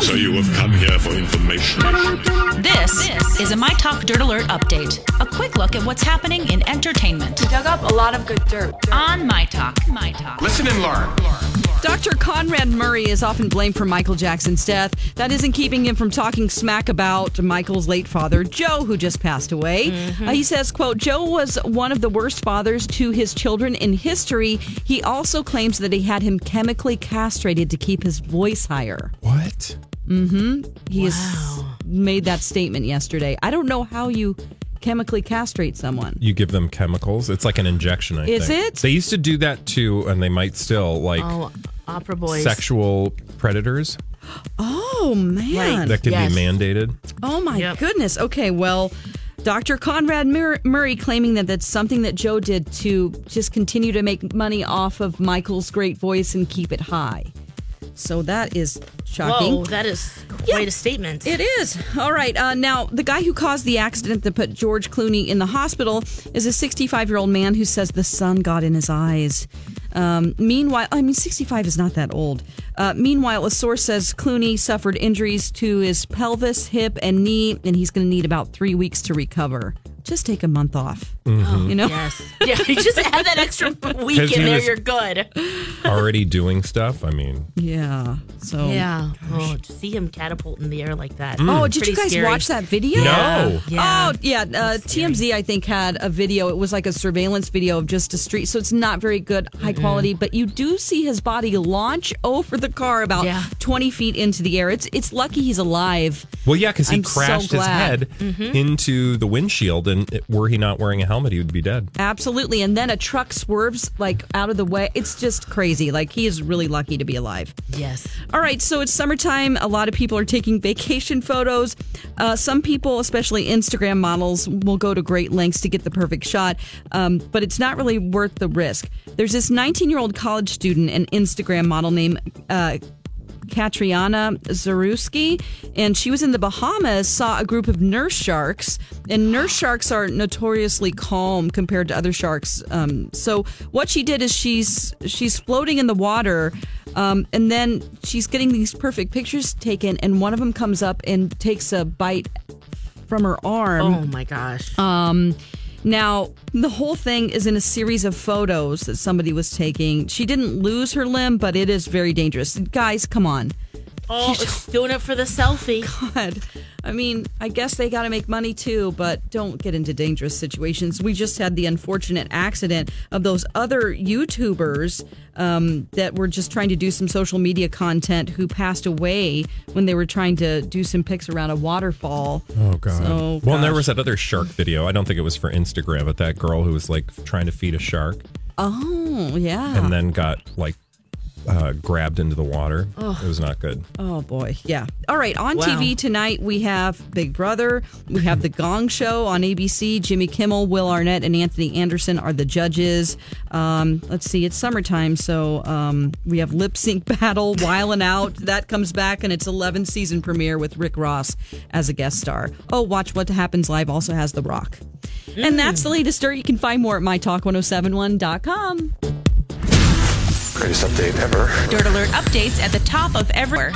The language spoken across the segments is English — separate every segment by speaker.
Speaker 1: So you have come here for information.
Speaker 2: This, is a My Talk Dirt Alert update. A quick look at what's happening in entertainment
Speaker 3: We dug up a lot of good dirt.
Speaker 2: on My Talk. My Talk.
Speaker 1: Listen and learn.
Speaker 4: Dr. Conrad Murray is often blamed for Michael Jackson's death. That isn't keeping him from talking smack about Michael's late father, Joe, who just passed away.
Speaker 3: Mm-hmm.
Speaker 4: Uh, he says, quote, Joe was one of the worst fathers to his children in history. He also claims that he had him chemically castrated to keep his voice higher.
Speaker 5: What?
Speaker 4: He has made that statement yesterday. I don't know how you chemically castrate someone.
Speaker 5: You give them chemicals. It's like an injection, I
Speaker 4: Is
Speaker 5: think.
Speaker 4: it?
Speaker 5: They used to do that too, and they might still like
Speaker 3: Oh, opera boys.
Speaker 5: sexual predators
Speaker 4: Oh, man.
Speaker 5: that could
Speaker 3: Yes.
Speaker 5: be mandated.
Speaker 4: Oh my
Speaker 3: Yep.
Speaker 4: goodness. Okay, well, Dr. Conrad Mur- Murray claiming that that's something that Joe did to just continue to make money off of Michael's great voice and keep it high. So that is shocking.
Speaker 3: Whoa, that is quite a statement.
Speaker 4: It is. All right. Uh, now, the guy who caused the accident that put George Clooney in the hospital is a 65 year old man who says the sun got in his eyes. Um, meanwhile, I mean, 65 is not that old. Uh, meanwhile, a source says Clooney suffered injuries to his pelvis, hip, and knee, and he's going to need about three weeks to recover. Just take a month off. You know?
Speaker 3: yes. Yeah, you just add that extra week
Speaker 5: Because
Speaker 3: in
Speaker 5: he
Speaker 3: there,
Speaker 5: was-
Speaker 3: you're good.
Speaker 5: Already doing stuff. I mean,
Speaker 4: Yeah. So.
Speaker 3: Yeah. Mm. Oh, to see him catapult in the air like that.
Speaker 4: Oh, did
Speaker 3: Pretty
Speaker 4: you guys
Speaker 3: scary.
Speaker 4: watch that video?
Speaker 5: No.
Speaker 3: Yeah.
Speaker 4: Oh, yeah. Uh, TMZ, I think, had a video. It was like a surveillance video of just a street. So it's not very good, high quality, but you do see his body launch over the car about
Speaker 3: Yeah.
Speaker 4: 20 feet into the air. It's, it's lucky he's alive.
Speaker 5: well, yeah, because he
Speaker 4: I'm so
Speaker 5: crashed his
Speaker 4: glad. Mm-hmm.
Speaker 5: head into the windshield, and it- were he not wearing a helmet, he would be dead.
Speaker 4: Absolutely. And then a truck swerves like out of the way. It's just crazy. Like he is really lucky to be alive.
Speaker 3: Yes.
Speaker 4: All right, so it's summertime. A lot of people are taking vacation photos. Uh, some people, especially Instagram models, will go to great lengths to get the perfect shot, um, but it's not really worth the risk. There's this 19 year old college student and Instagram model named uh, Katriana Zaruski, and she was in the Bahamas, saw a group of nurse sharks, and nurse sharks are notoriously calm compared to other sharks. Um, so what she did is she's she's floating in the water, um, and then she's getting these perfect pictures taken, and one of them comes up and takes a bite from her arm. Um,
Speaker 3: Oh my gosh.
Speaker 4: Now, the whole thing is in a series of photos that somebody was taking. She didn't lose her limb, but it is very dangerous. Guys, come on.
Speaker 3: oh, it's doing it for the selfie.
Speaker 4: God. I mean, I guess they got to make money too, but don't get into dangerous situations. We just had the unfortunate accident of those other YouTubers um, that were just trying to do some social media content who passed away when they were trying to do some pics around a waterfall.
Speaker 5: Oh god.
Speaker 4: So,
Speaker 5: well, and there
Speaker 4: gosh.
Speaker 5: was that other shark video. I don't think it was for Instagram, but that girl who was like trying to feed a shark
Speaker 4: Oh, yeah.
Speaker 5: and then got like uh, grabbed into the water. It was not good.
Speaker 4: Oh boy, yeah. All right, on TV tonight we have Big Brother, we have The Gong Show on ABC. Jimmy Kimmel, Will Arnett, and Anthony Anderson are the judges. Um, let's see, it's summertime, so um, we have Lip Sync Battle, While and Out. That comes back and its 11th season premiere with Rick Ross as a guest star. Oh, watch What Happens Live also has The Rock.
Speaker 5: Mm.
Speaker 4: And that's the latest dirt. You can find more at mytalk1071.com.
Speaker 6: Greatest update ever.
Speaker 2: Dirt Alert updates at the top of everywhere.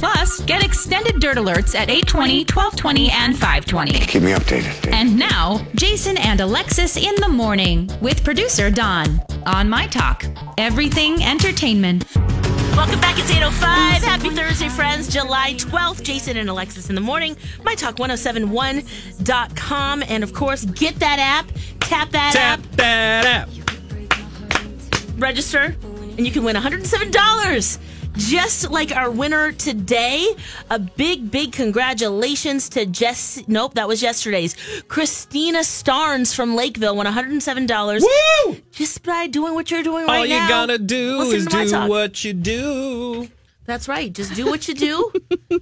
Speaker 2: Plus, get extended Dirt Alerts at 820, 1220, and 520.
Speaker 6: Keep me updated.
Speaker 2: And now, Jason and Alexis in the morning with producer Don on My Talk. Everything entertainment.
Speaker 3: Welcome back. It's 805. Happy Thursday, friends. July 12th. Jason and Alexis in the morning. MyTalk1071.com. And of course, get that app. Tap that
Speaker 5: Tap that app.
Speaker 3: app. Register. And you can win $107. Just like our winner today. A big, big congratulations to Jess. Nope, that was yesterday's. Christina Starnes from Lakeville won $107.
Speaker 5: Woo!
Speaker 3: Just by doing what you're doing right
Speaker 5: All you
Speaker 3: now.
Speaker 5: gotta do
Speaker 3: Listen
Speaker 5: is
Speaker 3: to my
Speaker 5: do
Speaker 3: talk.
Speaker 5: what you do.
Speaker 3: That's right. Just do what you do.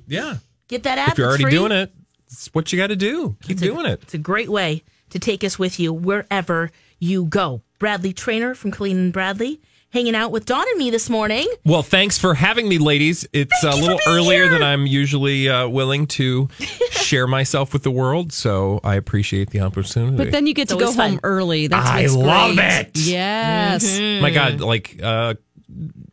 Speaker 5: Yeah.
Speaker 3: Get that app.
Speaker 5: If you're
Speaker 3: It's
Speaker 5: already
Speaker 3: free.
Speaker 5: doing it, it's what you gotta do. Keep doing it.
Speaker 3: It's a great way to take us with you wherever you go. Bradley Trainer from Colleen and Bradley hanging out with Dawn and me this morning.
Speaker 5: Well, thanks for having me, ladies. It's a little earlier than I'm usually uh, willing to share myself with the world, so I appreciate the opportunity.
Speaker 4: But then you get to go
Speaker 3: always fun.
Speaker 4: home early. That's
Speaker 5: I
Speaker 4: what's
Speaker 5: love
Speaker 4: great.
Speaker 5: it. Mm-hmm.
Speaker 4: Yes.
Speaker 5: My God, like uh,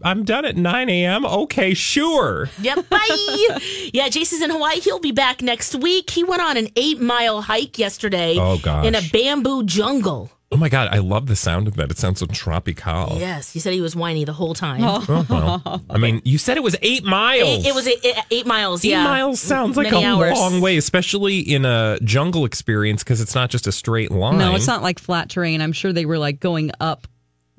Speaker 5: I'm done at 9 a.m. Okay, sure.
Speaker 3: Yep. Bye. yeah, Jason's in Hawaii. He'll be back next week. He went on an eight mile hike yesterday
Speaker 5: Oh, gosh.
Speaker 3: in a bamboo jungle.
Speaker 5: Oh my God, I love the sound of that. It sounds so tropical.
Speaker 3: Yes. He said he was whiny the whole time.
Speaker 5: Oh, well, I mean, you said it was eight miles.
Speaker 3: It, it was eight, eight miles.
Speaker 5: Eight
Speaker 3: yeah.
Speaker 5: miles sounds like
Speaker 3: Many
Speaker 5: a
Speaker 3: hours.
Speaker 5: long way, especially in a jungle experience because it's not just a straight line.
Speaker 4: No, it's not like flat terrain. I'm sure they were like going up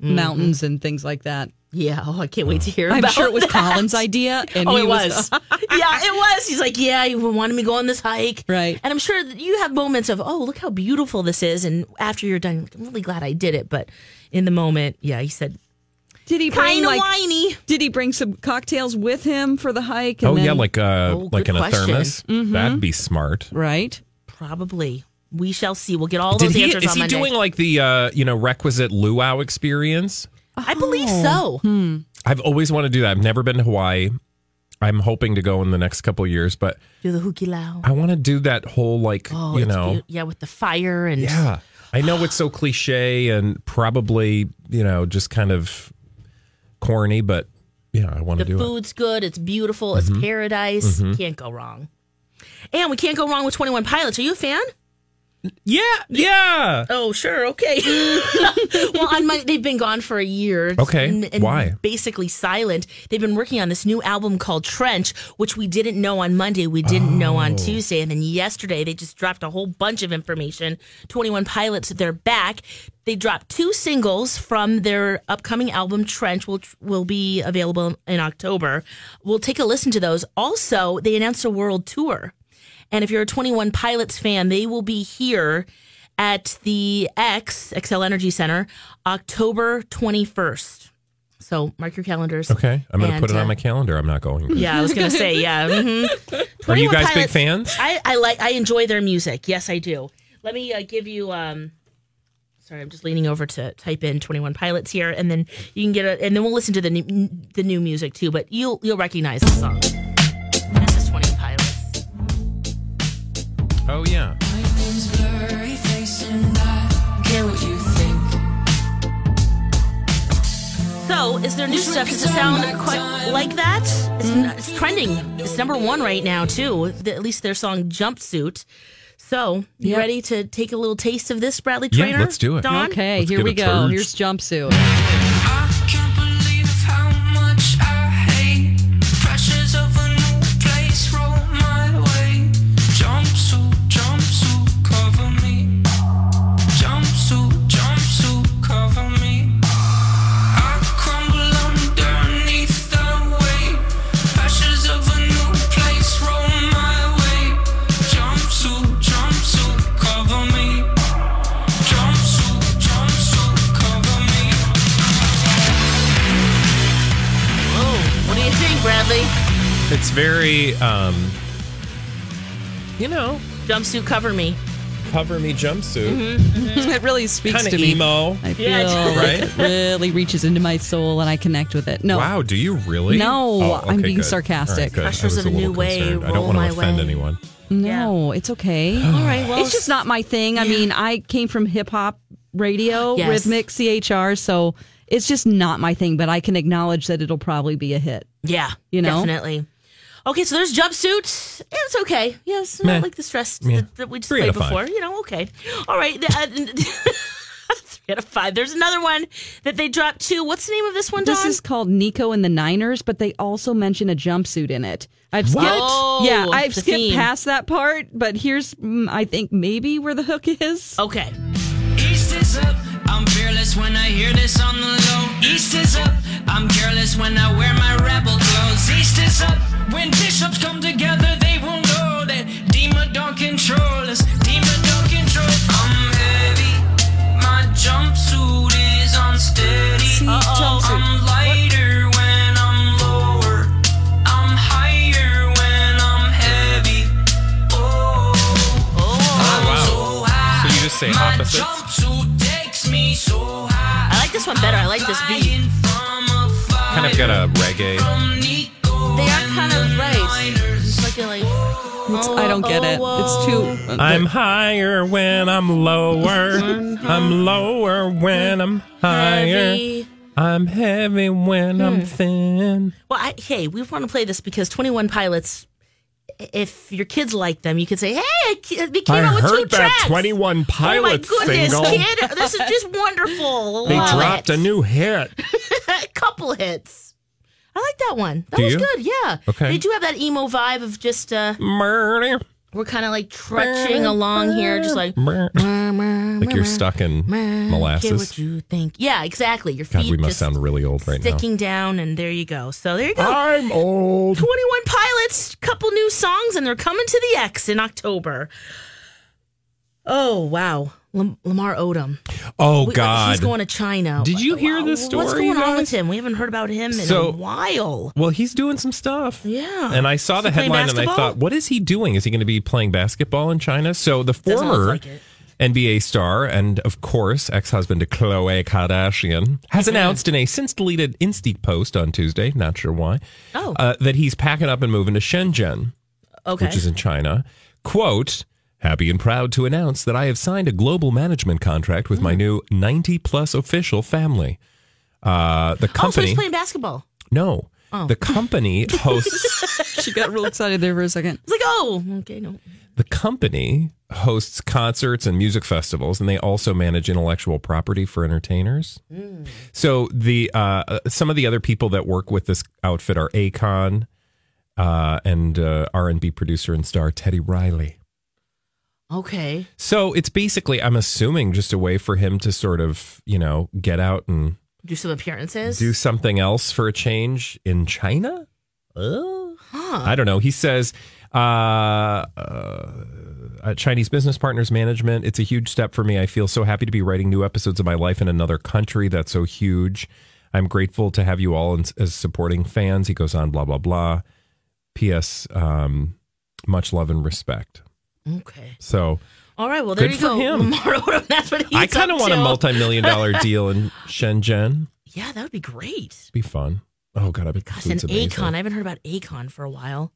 Speaker 5: Mm-hmm.
Speaker 4: mountains and things like that.
Speaker 3: Yeah. Oh, I can't wait to hear
Speaker 4: I'm
Speaker 3: about
Speaker 4: sure it was
Speaker 3: that.
Speaker 4: Colin's idea. And
Speaker 3: Oh,
Speaker 4: he uh,
Speaker 3: it was. yeah, it was. He's like, yeah, you wanted me to go on this hike.
Speaker 4: Right.
Speaker 3: And I'm sure that you have moments of, oh, look how beautiful this is. And after you're done, you're like, I'm really glad I did it. But in the moment, yeah, he said,
Speaker 4: Did he bring
Speaker 3: kind of
Speaker 4: like?
Speaker 3: whiny.
Speaker 4: Did he bring some cocktails with him for the hike? and
Speaker 5: Oh yeah,
Speaker 4: then-
Speaker 5: like uh,
Speaker 3: Oh,
Speaker 5: like
Speaker 3: good
Speaker 5: in a
Speaker 3: question. Mm-hmm.
Speaker 5: thermos. That'd be smart.
Speaker 4: right.
Speaker 3: Probably. We shall see. We'll get all
Speaker 5: Did
Speaker 3: those
Speaker 5: he,
Speaker 3: answers
Speaker 5: is
Speaker 3: on
Speaker 5: he
Speaker 3: Monday.
Speaker 5: doing like the uh, you know requisite luau experience?
Speaker 3: I believe so. Hmm.
Speaker 5: I've always wanted to do that. I've never been to Hawaii. I'm hoping to go in the next couple of years, but
Speaker 3: Do the hukilau.
Speaker 5: I want to do that whole like
Speaker 3: Oh,
Speaker 5: you
Speaker 3: it's
Speaker 5: know
Speaker 3: beaut- yeah, with the fire and
Speaker 5: yeah. I know it's so cliche and probably you know just kind of corny, but yeah, I want to
Speaker 3: the
Speaker 5: do it.
Speaker 3: food's good. It's beautiful. It's paradise. Can't go wrong. And we can't go wrong with 21 Pilots. Are you a fan?
Speaker 5: Yeah, yeah.
Speaker 3: Oh, sure. Okay. well, on Monday, they've been gone for a year.
Speaker 5: Okay. Why?
Speaker 3: Basically silent. They've been working on this new album called Trench, which we didn't know on Monday. We didn't know on Tuesday. And then yesterday, they just dropped a whole bunch of information. 21 Pilots, they're back. They dropped two singles from their upcoming album, Trench, which will be available in October. We'll take a listen to those. Also, they announced a world tour. And if you're a 21 Pilots fan, they will be here at the X, XL Energy Center, October 21st. So mark your calendars.
Speaker 5: Okay, I'm gonna
Speaker 3: And,
Speaker 5: put it
Speaker 3: uh,
Speaker 5: on my calendar. I'm not going.
Speaker 3: Yeah, I was going to say, yeah. mhm.
Speaker 5: Are you
Speaker 3: 21
Speaker 5: guys big
Speaker 3: Pilots-
Speaker 5: fans?
Speaker 3: I, I like, I enjoy their music. Yes, I do. Let me uh, give you, um, sorry, I'm just leaning over to type in 21 Pilots here, and then you can get a, and then we'll listen to the new, the new music too, but you'll, you'll recognize the song. This is 21 Pilots.
Speaker 5: Oh yeah.
Speaker 3: So, is there new stuff? Does it sound quite like that? It's, n- it's trending. It's number one right now, too. The, at least their song "Jumpsuit." So, you ready to take a little taste of this, Bradley
Speaker 5: Yeah,
Speaker 3: Trainer?
Speaker 5: let's do it.
Speaker 3: Dawn?
Speaker 4: Okay,
Speaker 5: Let's
Speaker 4: here
Speaker 5: get
Speaker 4: we
Speaker 5: a
Speaker 4: go.
Speaker 5: purge.
Speaker 4: Here's jumpsuit.
Speaker 3: Oh, what do you think, Bradley?
Speaker 5: It's very, um, you know,
Speaker 3: Jumpsuit, cover me.
Speaker 5: cover me jumpsuit.
Speaker 4: it really speaks
Speaker 5: Kind of
Speaker 4: to me.
Speaker 5: emo.
Speaker 4: I feel
Speaker 3: Yeah, it's-
Speaker 4: like
Speaker 5: Right?
Speaker 4: it really reaches into my soul and I connect with it. No,
Speaker 5: Wow, do you really?
Speaker 4: No,
Speaker 5: Oh,
Speaker 4: I'm
Speaker 5: okay,
Speaker 4: being
Speaker 5: good.
Speaker 4: sarcastic.
Speaker 5: All good. I
Speaker 3: Pressures of
Speaker 5: was
Speaker 3: a
Speaker 5: little
Speaker 3: new way,
Speaker 5: concerned. I
Speaker 3: roll
Speaker 5: don't want
Speaker 3: my
Speaker 5: to offend
Speaker 3: way.
Speaker 5: anyone.
Speaker 4: no, it's okay.
Speaker 3: All right, well,
Speaker 4: it's just not my thing. I mean, I came from hip hop radio,
Speaker 3: Yes.
Speaker 4: rhythmic CHR, so it's just not my thing. But I can acknowledge that it'll probably be a hit.
Speaker 3: yeah,
Speaker 4: You know?
Speaker 3: definitely. Okay, so there's jumpsuit. Yeah, It's okay. Yeah, it's not
Speaker 5: Meh.
Speaker 3: like the stress
Speaker 5: Yeah.
Speaker 3: that, that we just
Speaker 5: Three out
Speaker 3: played
Speaker 5: of five.
Speaker 3: before. You know, okay. All right. the- uh, out of five. There's another one that they dropped too. What's the name of this one,
Speaker 4: This
Speaker 3: Dawn?
Speaker 4: is called Nico and the Niners, but they also mention a jumpsuit in it. I've
Speaker 5: What?
Speaker 4: skipped,
Speaker 3: Oh,
Speaker 4: yeah, I've
Speaker 3: the
Speaker 4: skipped
Speaker 3: theme.
Speaker 4: past that part, but here's mm, I think maybe where the hook is.
Speaker 3: okay.
Speaker 7: East is up. I'm fearless when I hear this on the low. East is up. I'm careless when I wear my rebel clothes. East is up. When bishops come together, they will know that Dima don't control us. Dima don't control. I'm heavy. My jumpsuit is unsteady.
Speaker 3: Uh-oh.
Speaker 7: I'm lighter when I'm lower. I'm higher when I'm heavy. Oh, I'm
Speaker 5: wow.
Speaker 7: so high.
Speaker 5: So you just say
Speaker 7: My
Speaker 5: opposites?
Speaker 7: jumpsuit takes me so high.
Speaker 3: I like this one better. I like this beat.
Speaker 7: Flying from a fire
Speaker 5: Kind of got a reggae.
Speaker 7: from Nico
Speaker 3: They are
Speaker 7: and
Speaker 3: kind
Speaker 7: the
Speaker 3: of right.
Speaker 7: Niners.
Speaker 3: It's like, like
Speaker 4: It's- I don't get it. It's
Speaker 8: Oh,
Speaker 4: too.
Speaker 5: I'm higher when I'm lower. I'm lower when I'm higher.
Speaker 3: Oh, heavy.
Speaker 5: I'm heavy when
Speaker 3: Hmm.
Speaker 5: I'm thin.
Speaker 3: Well, I, hey, we want to play this because Twenty One Pilots. If your kids like them, you could say, "Hey, I ki- we came out with two tracks." Oh my goodness, kid! This is just wonderful. Love it.
Speaker 5: new hit.
Speaker 3: a couple hits. I like that one. That
Speaker 5: Do
Speaker 3: was
Speaker 5: you?
Speaker 3: good. Yeah.
Speaker 5: Okay.
Speaker 3: They do have that emo vibe of just uh
Speaker 5: Murder.
Speaker 3: we're kind of like trudging along here, just like.
Speaker 5: Murder. Like
Speaker 3: Like
Speaker 5: you're stuck in
Speaker 3: Care what
Speaker 5: molasses.
Speaker 3: you think? Yeah, exactly. Your feet
Speaker 5: God, we must
Speaker 3: just
Speaker 5: sound really old right now.
Speaker 3: sticking down, and there you go. So there you go.
Speaker 5: I'm old.
Speaker 3: 21 Pilots, couple new songs, and they're coming to the X in October. Oh, wow. Lam- Lamar Odom.
Speaker 5: Oh
Speaker 3: We-
Speaker 5: God.
Speaker 3: He's going to China.
Speaker 5: Did you hear this
Speaker 3: What's
Speaker 5: story,
Speaker 3: going on
Speaker 5: guys?
Speaker 3: with him? We haven't heard about him in
Speaker 5: So-
Speaker 3: a while.
Speaker 5: well, he's doing some stuff.
Speaker 3: Yeah.
Speaker 5: And I saw
Speaker 3: Is
Speaker 5: the
Speaker 3: he playing
Speaker 5: headline and I
Speaker 3: basketball?
Speaker 5: thought, what is he doing? Is he going to be playing basketball in China? So the
Speaker 3: Doesn't look
Speaker 5: former
Speaker 3: like it.
Speaker 5: NBA star and, of course, ex husband to Khloe Kardashian has announced in a since deleted Insta post on Tuesday, not sure why,
Speaker 3: Oh.
Speaker 5: uh, that he's packing up and moving to Shenzhen,
Speaker 3: Okay.
Speaker 5: which is in China. Quote, Happy and proud to announce that I have signed a global management contract with my
Speaker 3: Hmm.
Speaker 5: new 90 plus official family. Uh, the
Speaker 3: oh, so
Speaker 5: company.
Speaker 3: he's playing Oh. basketball.
Speaker 5: no. The company hosts
Speaker 4: She got real excited there for a second.
Speaker 3: It's like, oh, okay, no.
Speaker 5: The company hosts concerts and music festivals, and they also manage intellectual property for entertainers. So the uh, uh, some of the other people that work with this outfit are Akon uh, and uh, R and B producer and star Teddy Riley.
Speaker 3: Okay.
Speaker 5: So it's basically, I'm assuming, just a way for him to sort of you know get out and
Speaker 3: Do some appearances.
Speaker 5: do something else for a change in China.
Speaker 3: Uh-huh.
Speaker 5: Oh. I don't know. He says uh, uh, uh, Chinese business partners management. It's a huge step for me. I feel so happy to be writing new episodes of my life in another country. That's so huge. I'm grateful to have you all in, as supporting fans. He goes on, blah blah blah. P.S. Um, much love and respect.
Speaker 3: Okay.
Speaker 5: So
Speaker 3: All right. Well, there
Speaker 5: Good
Speaker 3: you
Speaker 5: for
Speaker 3: go.
Speaker 5: him.
Speaker 3: Lamar Odom. That's what he's
Speaker 5: I kind of
Speaker 3: up
Speaker 5: want a
Speaker 3: to.
Speaker 5: multi-million dollar deal in Shenzhen.
Speaker 3: Yeah, that would be great.
Speaker 5: Be fun. Oh god, I bet the
Speaker 3: Gosh, and
Speaker 5: food's amazing.
Speaker 3: Akon. I haven't heard about Akon for a while.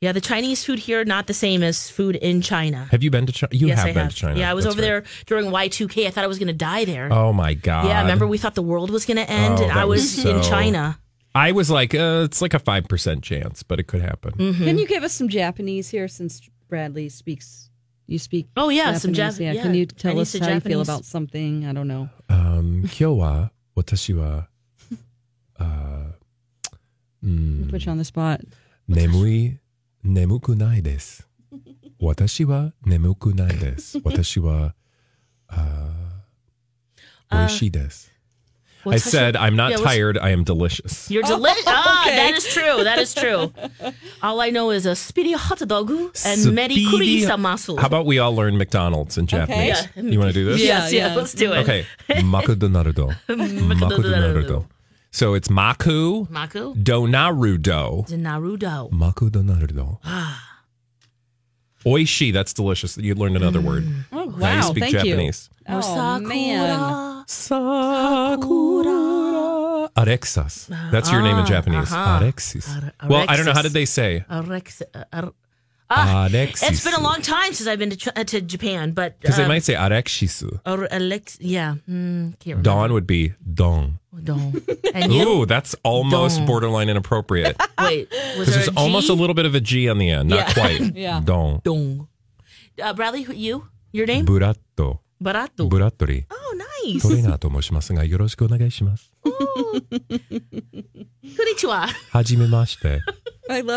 Speaker 3: Yeah, the Chinese food here not the same as food in China.
Speaker 5: Have you been to China? You
Speaker 3: yes,
Speaker 5: have
Speaker 3: I
Speaker 5: been
Speaker 3: have.
Speaker 5: to China.
Speaker 3: Yeah, I was
Speaker 5: That's
Speaker 3: over
Speaker 5: right.
Speaker 3: there during Y2K. I thought I was going to die there.
Speaker 5: Oh my god.
Speaker 3: yeah, remember we thought the world was going to end,
Speaker 5: Oh,
Speaker 3: and
Speaker 5: that
Speaker 3: I was
Speaker 5: was
Speaker 3: in
Speaker 5: so-
Speaker 3: China.
Speaker 5: I was like, uh, it's like a five percent chance, but it could happen.
Speaker 3: Mm-hmm.
Speaker 4: Can you give us some Japanese here, since Bradley speaks? You speak.
Speaker 3: Oh, yeah,
Speaker 4: Japanese.
Speaker 3: some Jap-
Speaker 4: Yeah.
Speaker 3: yeah,
Speaker 4: Can you tell
Speaker 3: Chinese
Speaker 4: us
Speaker 3: to
Speaker 4: how you feel
Speaker 3: Japanese.
Speaker 4: about something? I don't know.
Speaker 5: Um, Kyowa, wa watashi wa uh, mm,
Speaker 4: Put you on the spot.
Speaker 5: nemui nemuku nai desu. Watashi wa nemuku nai desu. Watashi wa uh, oishii desu.
Speaker 3: What's-
Speaker 5: I said, "Oh, I'm not
Speaker 3: Yeah, what's-
Speaker 5: tired. I am delicious.
Speaker 3: You're delicious. ah,
Speaker 4: okay.
Speaker 3: that is true. That is true. All I know is a speedy hot dog and meri kuri
Speaker 5: Speedy-
Speaker 3: samasu.
Speaker 5: How about we all learn McDonald's in Japanese?
Speaker 3: Yeah.
Speaker 5: You want to do this?
Speaker 3: yes,
Speaker 4: Yeah,
Speaker 3: yeah,
Speaker 4: yeah.
Speaker 3: let's do it.
Speaker 5: Okay. Makudonarudo. Makudonarudo. So it's Maku
Speaker 3: Maku
Speaker 5: Donarudo.
Speaker 3: de Naruto.
Speaker 5: Maku Donarudo. Oishi, that's delicious. You learned another
Speaker 3: Mm.
Speaker 5: word.
Speaker 4: Oh
Speaker 5: Now you speak Japanese.
Speaker 4: you. Oh man.
Speaker 5: Sakura. Arexas. That's your name in Japanese.
Speaker 3: uh-huh.
Speaker 5: Arexis.
Speaker 3: Are-
Speaker 5: Well, I don't know. How
Speaker 3: Arexis.
Speaker 5: did they say?
Speaker 3: Arex- uh, ar-
Speaker 5: Ah,
Speaker 3: ah,
Speaker 5: Alexis.
Speaker 3: it's been a long time since I've been to, Ch- uh, to Japan, but
Speaker 5: Because they
Speaker 3: um,
Speaker 5: might say Arexisu.
Speaker 3: Ar- Alex, yeah, mm, can't remember.
Speaker 5: Don would be Dong.
Speaker 3: Don. And you
Speaker 5: Ooh, that's almost
Speaker 3: Dong.
Speaker 5: borderline inappropriate.
Speaker 3: wait, was
Speaker 5: Because
Speaker 3: there
Speaker 5: there's
Speaker 3: a
Speaker 5: almost
Speaker 3: G?
Speaker 5: a little bit of a G on the end. Not
Speaker 3: Yeah.
Speaker 5: quite.
Speaker 4: Yeah.
Speaker 5: Dong.
Speaker 3: Dong. Uh, Bradley, who- you, your name?
Speaker 5: Buratto.
Speaker 3: Barato.
Speaker 5: Burattori.
Speaker 3: oh, nice.
Speaker 5: トレーナーと申しますが、よろしくお願いします。
Speaker 3: Konnichiwa.
Speaker 5: はじめまして。
Speaker 4: I love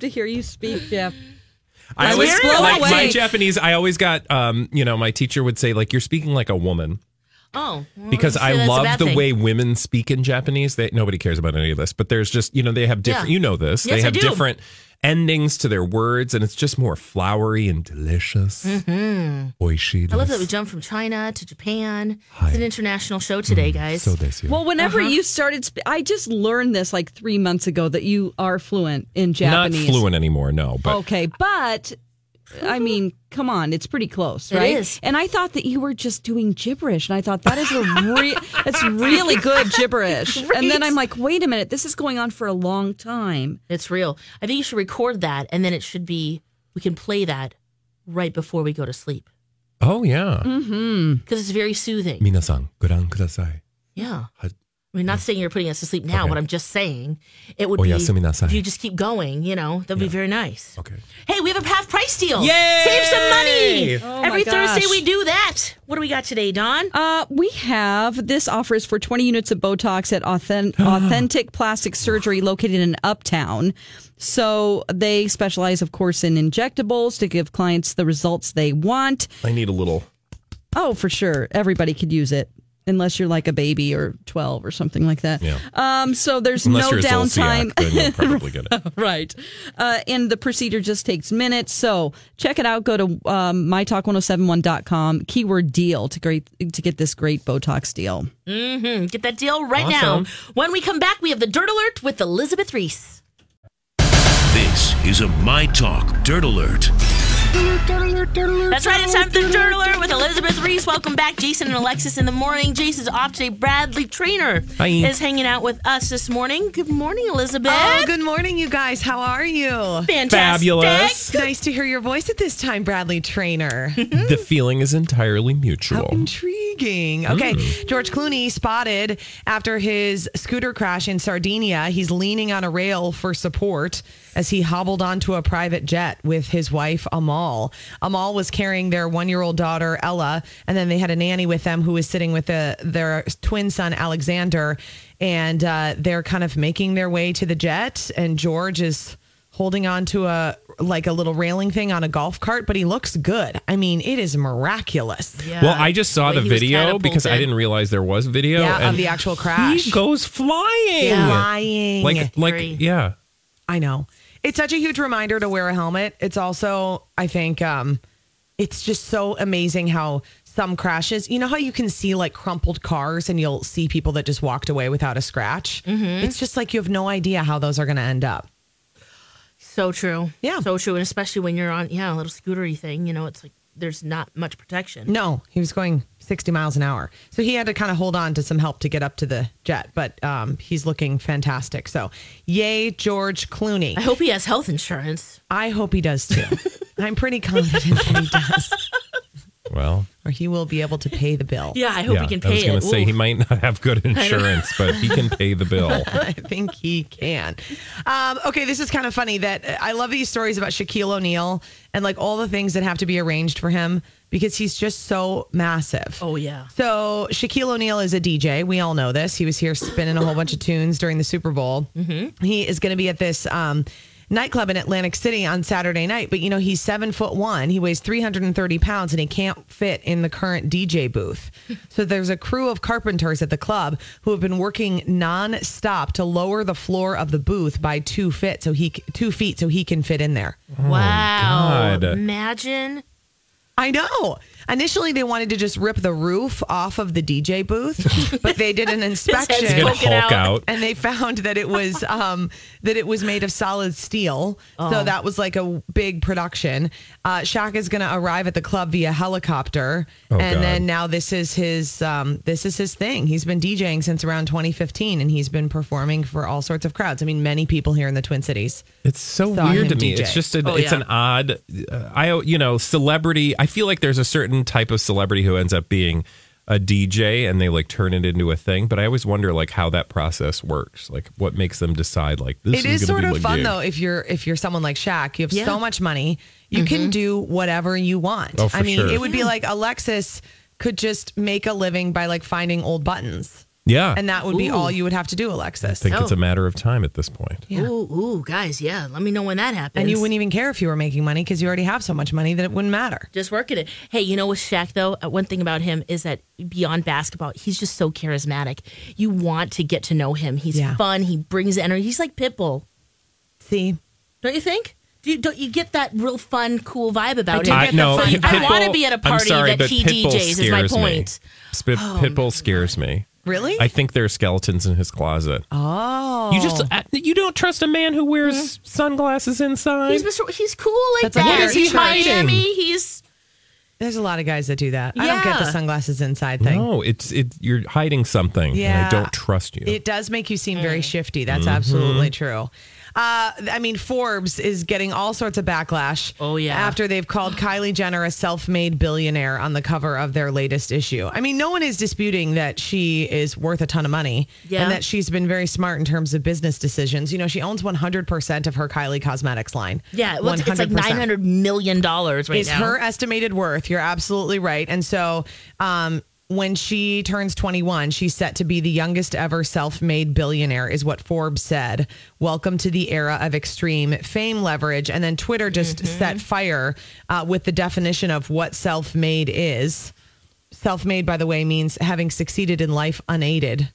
Speaker 4: to hear you speak, Jeff.
Speaker 5: I
Speaker 4: I
Speaker 5: always
Speaker 4: was blown
Speaker 5: like my
Speaker 4: away.
Speaker 5: Japanese. I always got, um, you know, my teacher would say like, "You're speaking like a woman,"
Speaker 3: Oh, well,
Speaker 5: because
Speaker 3: so
Speaker 5: I
Speaker 3: that's a
Speaker 5: love
Speaker 3: bad
Speaker 5: the
Speaker 3: thing.
Speaker 5: way women speak in Japanese. They, nobody cares about any of this, but there's just, you know, they have different.
Speaker 3: Yeah.
Speaker 5: You know this.
Speaker 3: Yes,
Speaker 5: they
Speaker 3: I
Speaker 5: have
Speaker 3: do.
Speaker 5: different endings to their words, and it's just more flowery and delicious. Oishii.
Speaker 3: Mm-hmm. I love
Speaker 5: desu.
Speaker 3: that we jumped from China to Japan.
Speaker 5: Hi. Mm,
Speaker 3: It's an international show today, guys.
Speaker 5: So desu.
Speaker 4: Well, whenever
Speaker 3: Uh-huh.
Speaker 4: you started, sp- I just learned this like three months ago that you are fluent in Japanese.
Speaker 5: Not fluent anymore, no. But
Speaker 4: okay, but I mean, come on, it's pretty close,
Speaker 3: It
Speaker 4: right?
Speaker 3: is.
Speaker 4: And I thought that you were just doing gibberish, and I thought that is a re- that's really good gibberish. And then I'm like, wait a minute, this is going on for a long time.
Speaker 3: It's real. I think you should record that, and then it should be we can play that right before we go to sleep
Speaker 5: oh yeah,
Speaker 3: Mm-hmm. because it's very soothing.
Speaker 5: minasan, guran kudasai.
Speaker 3: yeah.
Speaker 5: I-
Speaker 3: I mean, not saying you're putting us to sleep now,
Speaker 5: Okay. Oh,
Speaker 3: but I'm just saying it would be
Speaker 5: Oyasuminasai.
Speaker 3: if you just keep going. You know, that'd be very nice.
Speaker 5: Okay.
Speaker 3: Hey, we have a half price deal.
Speaker 5: Yay!
Speaker 3: Save some money.
Speaker 5: Oh
Speaker 4: my
Speaker 3: Every Thursday
Speaker 4: gosh.
Speaker 3: we do that. What do we got today, Don?
Speaker 4: Uh, we have this offer is for 20 units of Botox at authentic, authentic Plastic Surgery located in Uptown. So they specialize, of course, in injectables to give clients the results they want.
Speaker 5: I need a little.
Speaker 4: Oh, for sure. Everybody could use it. Unless you're like a baby or 12 or something like that.
Speaker 5: Yeah.
Speaker 4: Um, so there's
Speaker 5: Unless
Speaker 4: no
Speaker 5: you're a
Speaker 4: downtime.
Speaker 5: Zolciak, then you'll probably get it.
Speaker 4: right. Uh, and the procedure just takes minutes. So check it out. Go to um, mytalk1071.com, keyword deal to, great, to get this great Botox deal.
Speaker 3: Mm, Get that deal right
Speaker 5: Awesome.
Speaker 3: now. When we come back, we have the Dirt Alert with Elizabeth Reese.
Speaker 1: This is a My Talk Dirt Alert.
Speaker 3: That's right. It's time for the Dirt Alert with Elizabeth Reese. Welcome back, Jason and Alexis in the morning. Jason's off today. Bradley Trainer
Speaker 5: Hi.
Speaker 3: is hanging out with us this morning. Good morning, Elizabeth.
Speaker 8: Oh, good morning, you guys. How are you?
Speaker 3: Fantastic.
Speaker 5: Fabulous.
Speaker 8: Nice to hear your voice at this time, Bradley Trainer.
Speaker 5: the feeling is entirely mutual.
Speaker 8: Intriguing. Okay, George Clooney spotted after his scooter crash in Sardinia. He's leaning on a rail for support as he hobbled onto a private jet with his wife Amal. Amal was carrying their one-year-old daughter Ella, and then they had a nanny with them who was sitting with the, their twin son Alexander. And uh, they're kind of making their way to the jet, and George is holding on to a like a little railing thing on a golf cart, but he looks good. I mean, it is miraculous.
Speaker 5: Well, I just saw
Speaker 3: Well,
Speaker 5: the
Speaker 3: he was
Speaker 5: video because I
Speaker 3: catapulted.
Speaker 5: didn't realize there was video.
Speaker 8: Yeah, of
Speaker 5: and
Speaker 8: the actual crash.
Speaker 5: He goes flying.
Speaker 8: Flying.
Speaker 5: Like, like,
Speaker 3: Very-
Speaker 5: yeah.
Speaker 8: I know. It's such a huge reminder to wear a helmet. It's also, I think, um, it's just so amazing how some crashes, you know, how you can see like crumpled cars and you'll see people that just walked away without a scratch. It's just like you have no idea how those are going to end up.
Speaker 3: So true.
Speaker 8: Yeah.
Speaker 3: So true. And especially when you're on, yeah, a little scootery thing, you know, it's like there's not much protection.
Speaker 8: No, he was going 60 miles an hour. So he had to kind of hold on to some help to get up to the jet, but um, he's looking fantastic. So yay, George Clooney.
Speaker 3: I hope he has health insurance.
Speaker 8: I hope he does too. I'm pretty confident that he does,
Speaker 5: Well,
Speaker 8: or he will be able to pay the bill.
Speaker 3: Yeah, I hope
Speaker 5: yeah.
Speaker 3: he can
Speaker 5: I was
Speaker 3: pay
Speaker 5: gonna
Speaker 3: it.
Speaker 5: say
Speaker 3: Ooh.
Speaker 5: he might not have good insurance, but he can pay the bill.
Speaker 8: I think he can. Um, okay, this is kind of funny that uh, I love these stories about Shaquille O'Neal and like all the things that have to be arranged for him because he's just so massive.
Speaker 3: oh, yeah.
Speaker 8: So Shaquille O'Neal is a DJ. We all know this. He was here spinning a whole bunch of tunes during the Super Bowl. He is going to be at this um, nightclub in Atlantic City on Saturday night. But you know, he's seven foot one, he weighs 330 pounds, and he can't fit in the current DJ booth. So there's a crew of carpenters at the club who have been working nonstop to lower the floor of the booth by two feet, so he c- two feet, so he can fit in there.
Speaker 5: Oh,
Speaker 3: wow.
Speaker 8: God.
Speaker 3: Imagine.
Speaker 8: I know. Initially, they wanted to just rip the roof off of the DJ booth, but they did an inspection.
Speaker 5: He's gonna Hulk out.
Speaker 8: And they found that it was um, that it was made of solid steel.
Speaker 5: Oh.
Speaker 8: So that was like a big production. Uh, Shaq is going to arrive at the club via helicopter,
Speaker 5: Oh,
Speaker 8: and
Speaker 5: God.
Speaker 8: then now this is his um, this is his thing. He's been DJing since around 2015, and he's been performing for all sorts of crowds. I mean, many people here in the Twin Cities.
Speaker 5: It's so
Speaker 8: Saw
Speaker 5: weird to
Speaker 8: him
Speaker 5: me.
Speaker 8: DJ.
Speaker 5: It's just a,
Speaker 8: Oh,
Speaker 5: it's
Speaker 8: yeah.
Speaker 5: an odd. Uh, I you know celebrity. I feel like there's a certain type of celebrity who ends up being a DJ and they like turn it into a thing. But I always wonder like how that process works. Like what makes them decide like this.
Speaker 8: it is,
Speaker 5: gonna
Speaker 8: sort
Speaker 5: be
Speaker 8: of
Speaker 5: my
Speaker 8: fun
Speaker 5: gig.
Speaker 8: though if you're if you're someone like Shaq, you have
Speaker 5: Yeah.
Speaker 8: so much money, you can do whatever you want.
Speaker 5: Oh, for
Speaker 8: I mean,
Speaker 5: sure.
Speaker 8: it would be like Alexis could just make a living by like finding old buttons.
Speaker 5: Yeah.
Speaker 8: And that would be
Speaker 3: Ooh.
Speaker 8: all you would have to do, Alexis.
Speaker 5: I think it's a matter of time at this point.
Speaker 3: Ooh, ooh, guys, yeah. Let me know when that happens.
Speaker 8: and you wouldn't even care if you were making money because you already have so much money that it wouldn't matter.
Speaker 3: Just work at it. Hey, you know, with Shaq, though, uh, one thing about him is that beyond basketball, he's just so charismatic. You want to get to know him. He's fun. He brings energy. He's like Pitbull.
Speaker 8: See?
Speaker 3: Don't you think? Do you, don't you get that real fun, cool vibe about him?
Speaker 5: I, no,
Speaker 3: So you- I
Speaker 5: Pitbull-
Speaker 3: want to be at a
Speaker 5: I'm
Speaker 3: party
Speaker 5: sorry,
Speaker 3: that
Speaker 5: but
Speaker 3: he
Speaker 5: Pitbull
Speaker 3: DJs, is my
Speaker 5: scares me.
Speaker 3: point.
Speaker 5: Spit,
Speaker 3: Oh,
Speaker 5: Pitbull scares me.
Speaker 8: Really?
Speaker 5: I think there are skeletons in his closet.
Speaker 8: Oh.
Speaker 5: You just uh, you don't trust a man who wears sunglasses inside.
Speaker 3: He's, Mr. he's cool like
Speaker 8: That's like,
Speaker 3: that.
Speaker 8: what is he
Speaker 3: he's
Speaker 8: hiding?
Speaker 3: Miami. He's.
Speaker 8: There's a lot of guys that do that. I don't get the
Speaker 3: Yeah.
Speaker 8: sunglasses inside thing.
Speaker 5: No, it's it. You're hiding something. and
Speaker 8: Yeah.
Speaker 5: I don't trust you.
Speaker 8: It does make you seem very shifty. That's
Speaker 5: Mhm.
Speaker 8: absolutely true. Uh, I mean, Forbes is getting all sorts of backlash. Oh yeah, after they've called Kylie Jenner a self-made billionaire on the cover of their latest issue. I mean, no one is disputing that she is worth a ton of money
Speaker 3: Yeah.
Speaker 8: and that she's been very smart in terms of business decisions. You know, she owns 100% of her Kylie Cosmetics line.
Speaker 3: Yeah, well, it's, it's like
Speaker 8: 100%.
Speaker 3: $900 million right
Speaker 8: Is
Speaker 3: now.
Speaker 8: her estimated worth. You're absolutely right. And so, um, when she turns 21, she's set to be the youngest ever self made billionaire, is what Forbes said. Welcome to the era of extreme fame leverage. And then Twitter just set fire uh, with the definition of what self made is. Self made, by the way, means having succeeded in life unaided.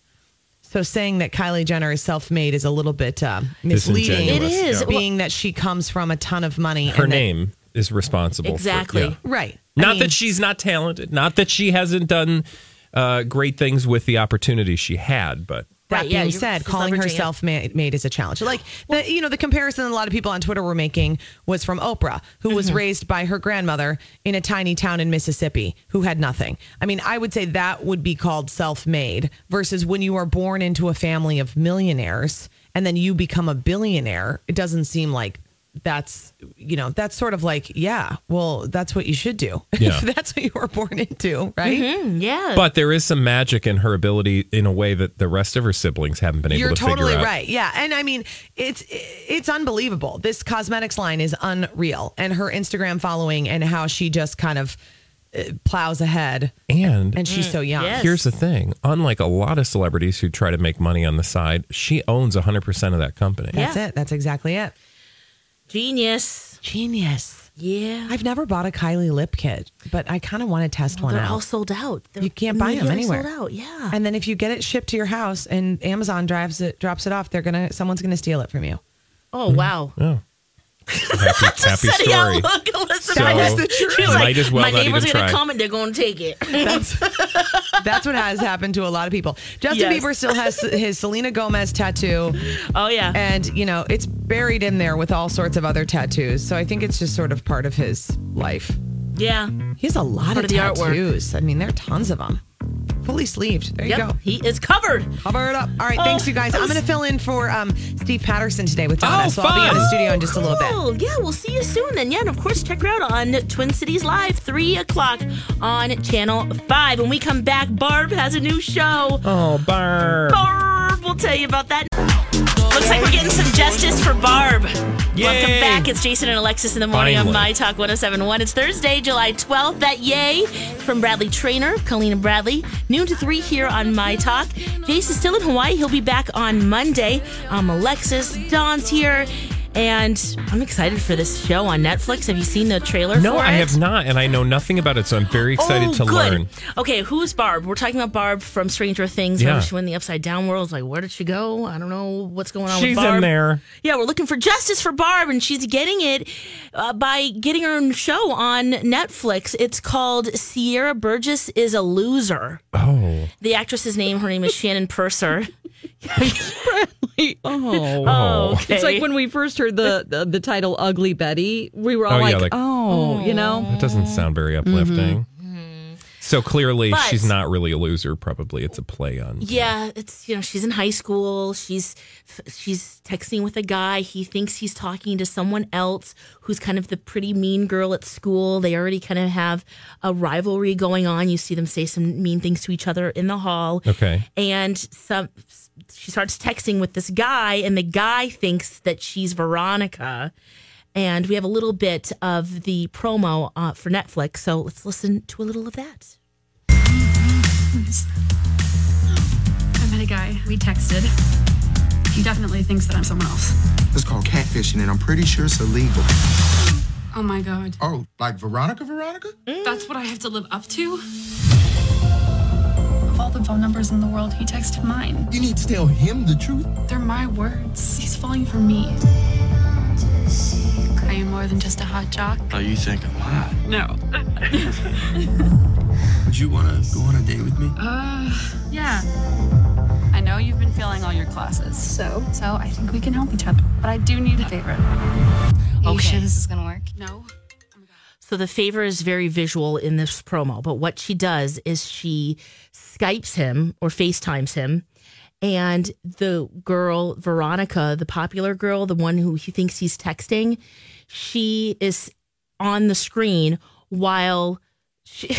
Speaker 8: So saying that Kylie Jenner is self made is a little bit uh, misleading.
Speaker 5: Disingenuous, It is. yeah.
Speaker 8: Being that she comes from a ton of money.
Speaker 5: Her
Speaker 8: and that-
Speaker 5: name is responsible. for- yeah.
Speaker 8: Right.
Speaker 5: Not that she's not talented. Not that she hasn't done uh, great things with the opportunities she had, but
Speaker 8: That
Speaker 3: Right, yeah,
Speaker 8: being
Speaker 3: you're-
Speaker 8: said,
Speaker 3: she's
Speaker 8: calling
Speaker 3: leveraging it.
Speaker 8: herself ma- made is a challenge. Like the, you know, the comparison a lot of people on Twitter were making was from Oprah, who
Speaker 3: Mm-hmm.
Speaker 8: was raised by her grandmother in a tiny town in Mississippi, who had nothing. I mean, I would say that would be called self-made versus when you are born into a family of millionaires and then you become a billionaire. It doesn't seem like that's you know that's sort of like yeah well that's what you should do
Speaker 5: Yeah.
Speaker 8: if that's what you were born
Speaker 3: Mm-hmm.
Speaker 8: into right
Speaker 3: yeah
Speaker 5: but there is some magic in her ability in a way that the rest of her siblings haven't been able
Speaker 8: You're
Speaker 5: to
Speaker 8: totally
Speaker 5: figure out.
Speaker 8: right. Yeah, and I mean, it's it's unbelievable. This cosmetics line is unreal, and her Instagram following, and how she just kind of uh, plows ahead.
Speaker 5: And
Speaker 8: And she's Mm, so young. yes.
Speaker 5: Uh, Here's the thing: unlike a lot of celebrities who try to make money on the side, she owns 100 percent of that company.
Speaker 8: That's it. That's exactly it.
Speaker 3: Genius.
Speaker 8: Genius.
Speaker 3: Yeah.
Speaker 8: I've never bought a Kylie lip kit, but I kind of want to test one
Speaker 3: They're
Speaker 8: out.
Speaker 3: all sold out. They're
Speaker 8: you can't buy them
Speaker 3: immediately
Speaker 8: anywhere.
Speaker 3: Sold out. Yeah.
Speaker 8: And then if you get it shipped to your house and Amazon drives it drops it off, they're gonna someone's gonna steal it from you.
Speaker 3: Oh wow.
Speaker 5: Oh. Happy, happy
Speaker 3: Setting out
Speaker 5: story.
Speaker 3: look, Elizabeth.
Speaker 5: So,
Speaker 3: She's
Speaker 5: you
Speaker 3: like,
Speaker 5: might as well
Speaker 3: My
Speaker 5: not
Speaker 3: neighbors
Speaker 5: even
Speaker 3: are gonna
Speaker 5: try.
Speaker 3: come and they're gonna take it.
Speaker 8: That's what has happened to a lot of people. Justin
Speaker 3: Yes.
Speaker 8: Bieber still has his Selena Gomez tattoo.
Speaker 3: Oh yeah.
Speaker 8: And you know, it's buried in there with all sorts of other tattoos. So I think it's just sort of part of his life.
Speaker 3: yeah.
Speaker 8: He has a lot
Speaker 3: Part
Speaker 8: of,
Speaker 3: of the artwork.
Speaker 8: tattoos. I mean, there are tons of them. Fully sleeved. There you
Speaker 3: Yep.
Speaker 8: go.
Speaker 3: He is covered.
Speaker 8: Cover it up. All right,
Speaker 9: Oh,
Speaker 8: thanks you guys. I'm going to fill in for um, Steve Patterson today with Donna.
Speaker 3: Oh,
Speaker 8: so I'll be in the
Speaker 3: fun.
Speaker 8: studio in just a little bit.
Speaker 3: Cool. Yeah, we'll see you soon then. Yeah, and of course, check her out on Twin Cities Live, 3 o'clock on Channel 5. When we come back, Barb has a new show.
Speaker 5: Oh, Barb.
Speaker 3: Barb, we'll tell you about that. Looks like we're getting some justice for Barb. Welcome back. It's Jason and Alexis in the morning on
Speaker 5: Finally.
Speaker 3: My Talk 1071. It's Thursday, July 12th. That yay from Bradley Trainer, Colleen and Bradley, noon to three here on My Talk. Jason's still in Hawaii. He'll be back on Monday. Um, Alexis, Dawn's here. And I'm excited for this show on Netflix. Have you seen the trailer
Speaker 5: No,
Speaker 3: for
Speaker 5: I
Speaker 3: it?
Speaker 5: have not, and I know nothing about it, so I'm very excited
Speaker 3: Oh,
Speaker 5: to
Speaker 3: good.
Speaker 5: learn.
Speaker 3: Okay, who's Barb? We're talking about Barb from Stranger Things.
Speaker 5: Yeah.
Speaker 3: Remember she went in the upside down world. Like, where did she go? I don't know what's going on
Speaker 5: She's
Speaker 3: with Oh, Barb.
Speaker 5: in there.
Speaker 3: Yeah, we're looking for justice for Barb, and she's getting it uh, by getting her own show on Netflix. It's called Sierra Burgess is a Loser.
Speaker 5: Oh.
Speaker 3: The actress's name, her name is Shannon Purser.
Speaker 4: Oh.
Speaker 3: Oh, okay.
Speaker 4: It's like when we first heard the, the, the title Ugly Betty, we were all
Speaker 5: Oh, yeah,
Speaker 4: like,
Speaker 5: like,
Speaker 4: oh, you know?
Speaker 5: That doesn't sound very uplifting. So clearly,
Speaker 3: Mm-hmm. But-
Speaker 5: she's not really a loser. Probably it's a play on.
Speaker 3: Yeah, it's you know she's in high school. She's she's texting with a guy. He thinks he's talking to someone else who's kind of the pretty mean girl at school. They already kind of have a rivalry going on. You see them say some mean things to each other in the hall.
Speaker 5: Okay.
Speaker 3: And some she starts texting with this guy and the guy thinks that she's Veronica. And we have a little bit of the promo uh, for Netflix, so let's listen to a little of that.
Speaker 9: I met a guy. We texted. He definitely thinks that I'm someone else.
Speaker 10: It's called catfishing, and I'm pretty sure it's illegal.
Speaker 9: Oh my god.
Speaker 10: Oh, like Veronica Veronica?
Speaker 9: That's what I have to live up to? Of all the phone numbers in the world, he texted mine.
Speaker 10: You need to tell him the truth.
Speaker 9: They're my words. He's falling for me. Are you more than just a hot jock?
Speaker 11: Oh, you think I'm hot?
Speaker 9: No.
Speaker 11: Would you want to go on a date with me?
Speaker 9: Uh, yeah. I know you've been failing all your classes. So? So I think we can help each other. But I do need a favor.
Speaker 3: Are you sure
Speaker 9: this is gonna work? No.
Speaker 3: So the favor is very visual in this promo, but what she does is she Skypes him or FaceTimes him. And the girl, Veronica, the popular girl, the one who he thinks he's texting, she is on the screen while she.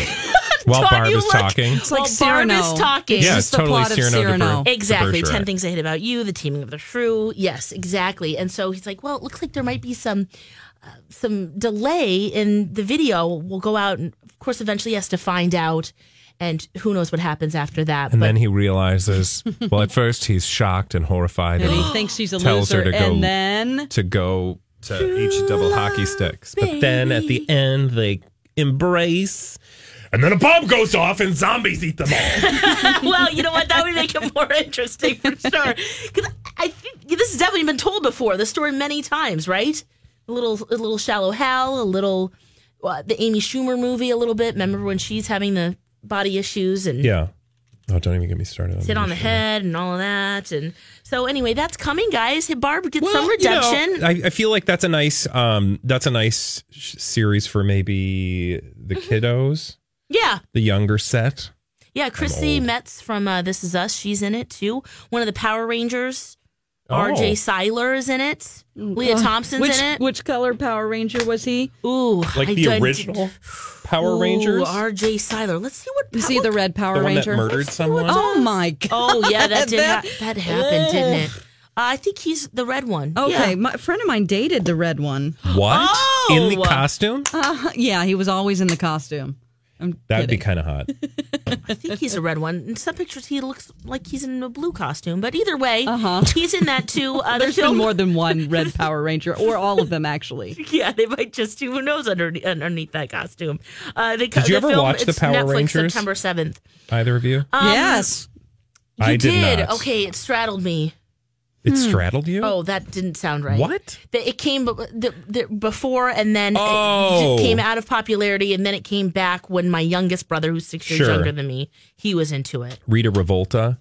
Speaker 5: While
Speaker 3: Don't
Speaker 5: Barb
Speaker 3: you
Speaker 5: is talking. It's like
Speaker 3: while Barb
Speaker 5: Cyrano.
Speaker 3: is talking.
Speaker 5: It's Yeah, just it's the totally plot of Cyrano de Ber- Cyrano. de
Speaker 3: exactly.
Speaker 5: Bergerac.
Speaker 3: Ten things I hate about you. The teaming of the shrew. Yes, exactly. And so he's like, "Well, it looks like there might be some uh, some delay in the video. We'll go out and, of course, eventually he has to find out, and who knows what happens after that.
Speaker 5: And then he realizes. Well, at first he's shocked and horrified,
Speaker 4: And he thinks she's a
Speaker 5: tells
Speaker 4: loser.
Speaker 5: her to go
Speaker 4: and then.
Speaker 5: to go to each double hockey sticks. But then at the end they embrace, and then a bomb goes off and zombies eat them all.
Speaker 3: well, you know what? That would make it more interesting for sure. Because I think this has definitely been told before. The story many times, right? A little, a little shallow Hal, a little uh, the Amy Schumer movie, a little bit. Remember when she's having the body issues and
Speaker 5: yeah. Oh, don't even get me started.
Speaker 3: sit on the
Speaker 5: this.
Speaker 3: head and all of that. And so anyway, that's coming, guys. Hey, Barb gets some
Speaker 5: You know,
Speaker 3: redemption.
Speaker 5: I, I feel like that's a nice um that's a nice sh- series for maybe the kiddos,
Speaker 3: yeah.
Speaker 5: the younger set.
Speaker 3: Yeah, Chrissy Metz from uh, This Is Us, she's in it too. One of the Power Rangers.
Speaker 5: Oh.
Speaker 3: RJ Seiler is in it. Leah
Speaker 4: Ugh.
Speaker 3: Thompson's
Speaker 4: which,
Speaker 3: in it.
Speaker 4: Which color Power Ranger was he?
Speaker 3: Ooh.
Speaker 5: Like
Speaker 3: I
Speaker 5: the
Speaker 3: did-
Speaker 5: original Power
Speaker 3: Ooh,
Speaker 5: Rangers.
Speaker 3: RJ Seiler. Let's see what
Speaker 4: Is he the red Power
Speaker 5: The one that
Speaker 4: Ranger?
Speaker 5: murdered someone?
Speaker 4: Oh my god.
Speaker 3: Oh yeah, that did
Speaker 4: That-
Speaker 3: that, that happened, didn't it? Uh, I think he's the red one.
Speaker 4: Okay,
Speaker 3: Yeah.
Speaker 4: my a friend of mine dated the red one.
Speaker 5: What? In the
Speaker 3: Oh!
Speaker 5: costume?
Speaker 4: Uh, yeah, he was always in the costume. I'm
Speaker 5: That'd
Speaker 4: kidding.
Speaker 5: be kind of hot.
Speaker 3: I think he's a red one. In some pictures, he looks like he's in a blue costume. But either way, he's in that too. Uh, the
Speaker 4: Uh-huh. There's been
Speaker 3: film-
Speaker 4: more than one red Power Ranger, or all of them actually.
Speaker 3: Yeah, they might just do. Who knows under, underneath that costume? Uh, they,
Speaker 5: Did you
Speaker 3: the
Speaker 5: ever
Speaker 3: film,
Speaker 5: watch the
Speaker 3: it's
Speaker 5: Power
Speaker 3: Netflix,
Speaker 5: Rangers?
Speaker 3: September seventh.
Speaker 5: Either of you?
Speaker 3: Um,
Speaker 4: yes,
Speaker 3: You
Speaker 5: I did not.
Speaker 3: Okay, it straddled me.
Speaker 4: Hmm.
Speaker 5: It straddled you?
Speaker 3: Oh, that didn't sound right.
Speaker 5: What?
Speaker 3: The, it came be- the, the, before and then
Speaker 5: Oh.
Speaker 3: it j- came out of popularity and then it came back when my youngest brother, who's six years
Speaker 5: Sure.
Speaker 3: younger than me, he was into it.
Speaker 5: Rita Revolta.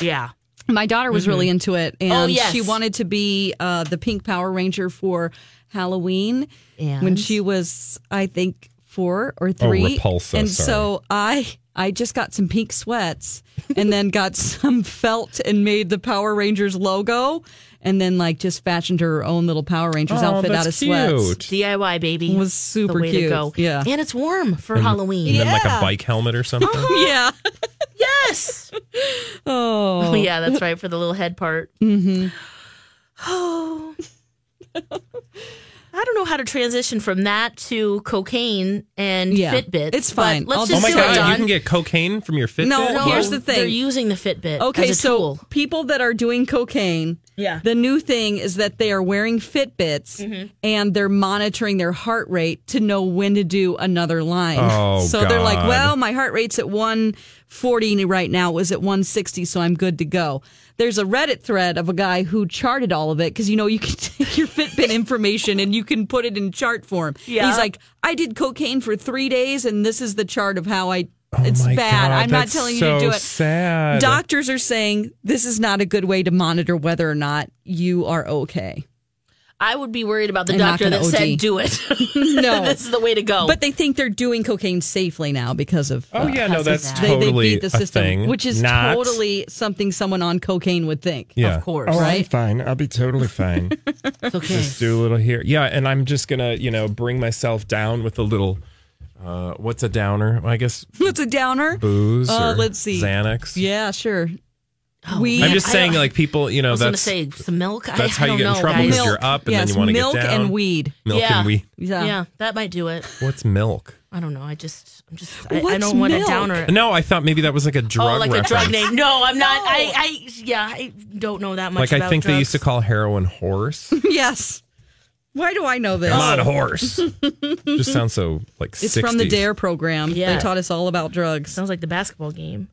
Speaker 3: Yeah.
Speaker 4: my daughter was really
Speaker 5: Mm-hmm.
Speaker 4: into it, and
Speaker 3: Oh, yes.
Speaker 4: she wanted to be uh, the pink Power Ranger for Halloween when
Speaker 3: And?
Speaker 4: she was, I think, four or three.
Speaker 5: Oh, Repulsa,
Speaker 4: and
Speaker 5: sorry.
Speaker 4: so I. I just got some pink sweats and then got some felt and made the Power Rangers logo and then like just fashioned her own little Power Rangers
Speaker 5: Oh,
Speaker 4: outfit out of
Speaker 5: that's
Speaker 4: sweats.
Speaker 5: cute.
Speaker 3: DIY baby
Speaker 4: Was
Speaker 3: the
Speaker 4: super
Speaker 3: way
Speaker 4: cute.
Speaker 3: To go.
Speaker 4: Yeah.
Speaker 3: and it's warm for
Speaker 5: And-
Speaker 3: Halloween.
Speaker 5: And then like a bike helmet or something.
Speaker 4: Oh Yeah.
Speaker 3: Yes.
Speaker 4: Oh.
Speaker 3: Oh, yeah, that's right for the little head part.
Speaker 4: Mm-hmm.
Speaker 3: Oh. I don't know how to transition from that to cocaine and
Speaker 4: Yeah,
Speaker 3: Fitbit.
Speaker 4: it's
Speaker 3: but
Speaker 4: fine. I'll
Speaker 3: Let's
Speaker 5: Oh
Speaker 3: just
Speaker 5: my
Speaker 3: do
Speaker 5: god,
Speaker 3: it, Don.
Speaker 5: you can get cocaine from your Fitbit?
Speaker 4: No, here's the
Speaker 3: They're
Speaker 4: thing.
Speaker 3: using the Fitbit.
Speaker 4: Okay,
Speaker 3: as a
Speaker 4: so
Speaker 3: tool.
Speaker 4: people that are doing cocaine
Speaker 3: Yeah.
Speaker 4: The new thing is that they are wearing Fitbits
Speaker 3: Mhm.
Speaker 4: and they're monitoring their heart rate to know when to do another line.
Speaker 5: Oh,
Speaker 4: so they're like,
Speaker 5: God.
Speaker 4: well, my heart rate's at 140 right now. It was at 160, so I'm good to go. There's a Reddit thread of a guy who charted all of it because you know you can take your Fitbit information and you can put it in chart form.
Speaker 3: Yeah.
Speaker 4: He's like, I did cocaine for three days, and this is the chart of how I. it's
Speaker 5: Oh my
Speaker 4: bad.
Speaker 5: God,
Speaker 4: I'm not
Speaker 5: that's
Speaker 4: telling you
Speaker 5: so
Speaker 4: to do it.
Speaker 5: sad.
Speaker 4: Doctors are saying this is not a good way to monitor whether or not you are okay.
Speaker 3: I would be worried about the
Speaker 4: I'm not
Speaker 3: doctor that
Speaker 4: gonna OD.
Speaker 3: said do it.
Speaker 4: No.
Speaker 3: this is the way to go.
Speaker 4: But they think they're doing cocaine safely now because of.
Speaker 5: Oh, yeah, no,
Speaker 4: how
Speaker 5: that's
Speaker 4: they- they,
Speaker 5: totally
Speaker 4: beat the
Speaker 5: a
Speaker 4: system,
Speaker 5: thing.
Speaker 4: which is
Speaker 5: Not-
Speaker 4: totally something someone on cocaine would think. of course,
Speaker 5: Oh, I'm
Speaker 4: right?
Speaker 5: fine. I'll be totally fine. Just do a little here. Yeah, and I'm just gonna, you know, bring myself down with a little. Uh, what's a downer? I guess
Speaker 4: What's a downer?
Speaker 5: booze.
Speaker 4: Uh,
Speaker 5: or
Speaker 4: let's see.
Speaker 5: Xanax.
Speaker 4: Yeah, sure.
Speaker 3: Oh,
Speaker 4: we.
Speaker 5: I'm just
Speaker 3: I
Speaker 5: saying,
Speaker 3: don't-
Speaker 5: like people, you know,
Speaker 3: I was going to
Speaker 5: that's
Speaker 3: say some milk. I-
Speaker 5: that's
Speaker 3: I
Speaker 5: how you
Speaker 3: don't
Speaker 5: get in
Speaker 3: know,
Speaker 5: trouble,
Speaker 3: guys.
Speaker 5: 'cause you're Milk. up and then
Speaker 4: yes,
Speaker 5: you wanna get
Speaker 4: milk
Speaker 5: down.
Speaker 4: and weed.
Speaker 5: Milk
Speaker 3: yeah.
Speaker 5: and weed.
Speaker 3: Yeah. that might do it.
Speaker 5: What's milk?
Speaker 3: I don't know. I just, I'm just, I, I
Speaker 4: What's
Speaker 3: don't want a
Speaker 4: milk?
Speaker 3: downer.
Speaker 5: No, I thought maybe that was like a drug
Speaker 3: oh, like
Speaker 5: reference.
Speaker 3: a drug name. No, I'm not. I, I, yeah, I don't know that much.
Speaker 5: Like I
Speaker 3: about
Speaker 5: think they
Speaker 3: drugs.
Speaker 5: used to call heroin horse.
Speaker 4: yes. Why do I know this?
Speaker 5: Come on, horse. just sounds so like.
Speaker 4: It's from the
Speaker 5: 60s.
Speaker 4: DARE program.
Speaker 3: Yeah.
Speaker 4: They taught us all about drugs.
Speaker 3: Sounds like the basketball game.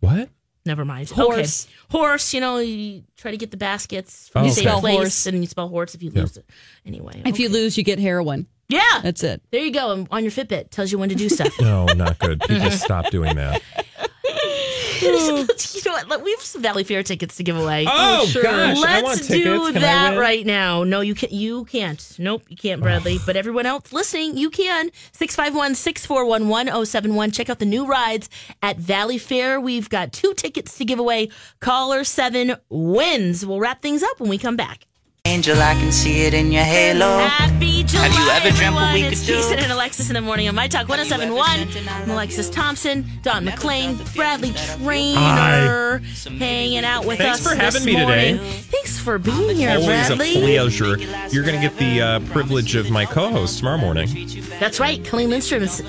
Speaker 5: What?
Speaker 3: Never mind.
Speaker 4: Horse.
Speaker 3: Okay. Horse, you know, you try to get the baskets from
Speaker 5: Oh,
Speaker 3: the
Speaker 5: okay.
Speaker 3: same
Speaker 5: Spell
Speaker 3: place
Speaker 4: horse.
Speaker 3: and you spell horse if you lose it. Anyway.
Speaker 4: If you lose, you get heroin.
Speaker 3: Yeah.
Speaker 4: That's it.
Speaker 3: There you go. And on your Fitbit tells you when to do stuff.
Speaker 5: No, not good. People stop doing that.
Speaker 3: you know what? We have some Valley Fair tickets to give away.
Speaker 5: Oh, Oh, sure. gosh, I
Speaker 3: Let's
Speaker 5: want tickets.
Speaker 3: do
Speaker 5: Can I
Speaker 3: that
Speaker 5: win?
Speaker 3: right now. No, you can't. You can't. Nope, you can't, Bradley. but everyone else listening, you can. 651 641 1071. Check out the new rides at Valley Fair. We've got two tickets to give away. Caller 7 wins. We'll wrap things up when we come back.
Speaker 12: Angel, I can see it in your halo.
Speaker 3: Happy July,
Speaker 12: Have you ever dreamt
Speaker 3: everyone.
Speaker 12: what we
Speaker 3: it's
Speaker 12: could do?
Speaker 3: Jason and Alexis in the morning on My Talk 1071. I'm Alexis Thompson, Don McLean, Bradley Trainer, hanging out with
Speaker 5: Thanks
Speaker 3: us.
Speaker 5: for having
Speaker 3: this
Speaker 5: me today.
Speaker 3: morning. Thanks for being here,
Speaker 5: Always
Speaker 3: Bradley.
Speaker 5: a pleasure. You're going to get the uh, privilege of my co-host tomorrow morning.
Speaker 3: That's right, Colleen Lindstrom's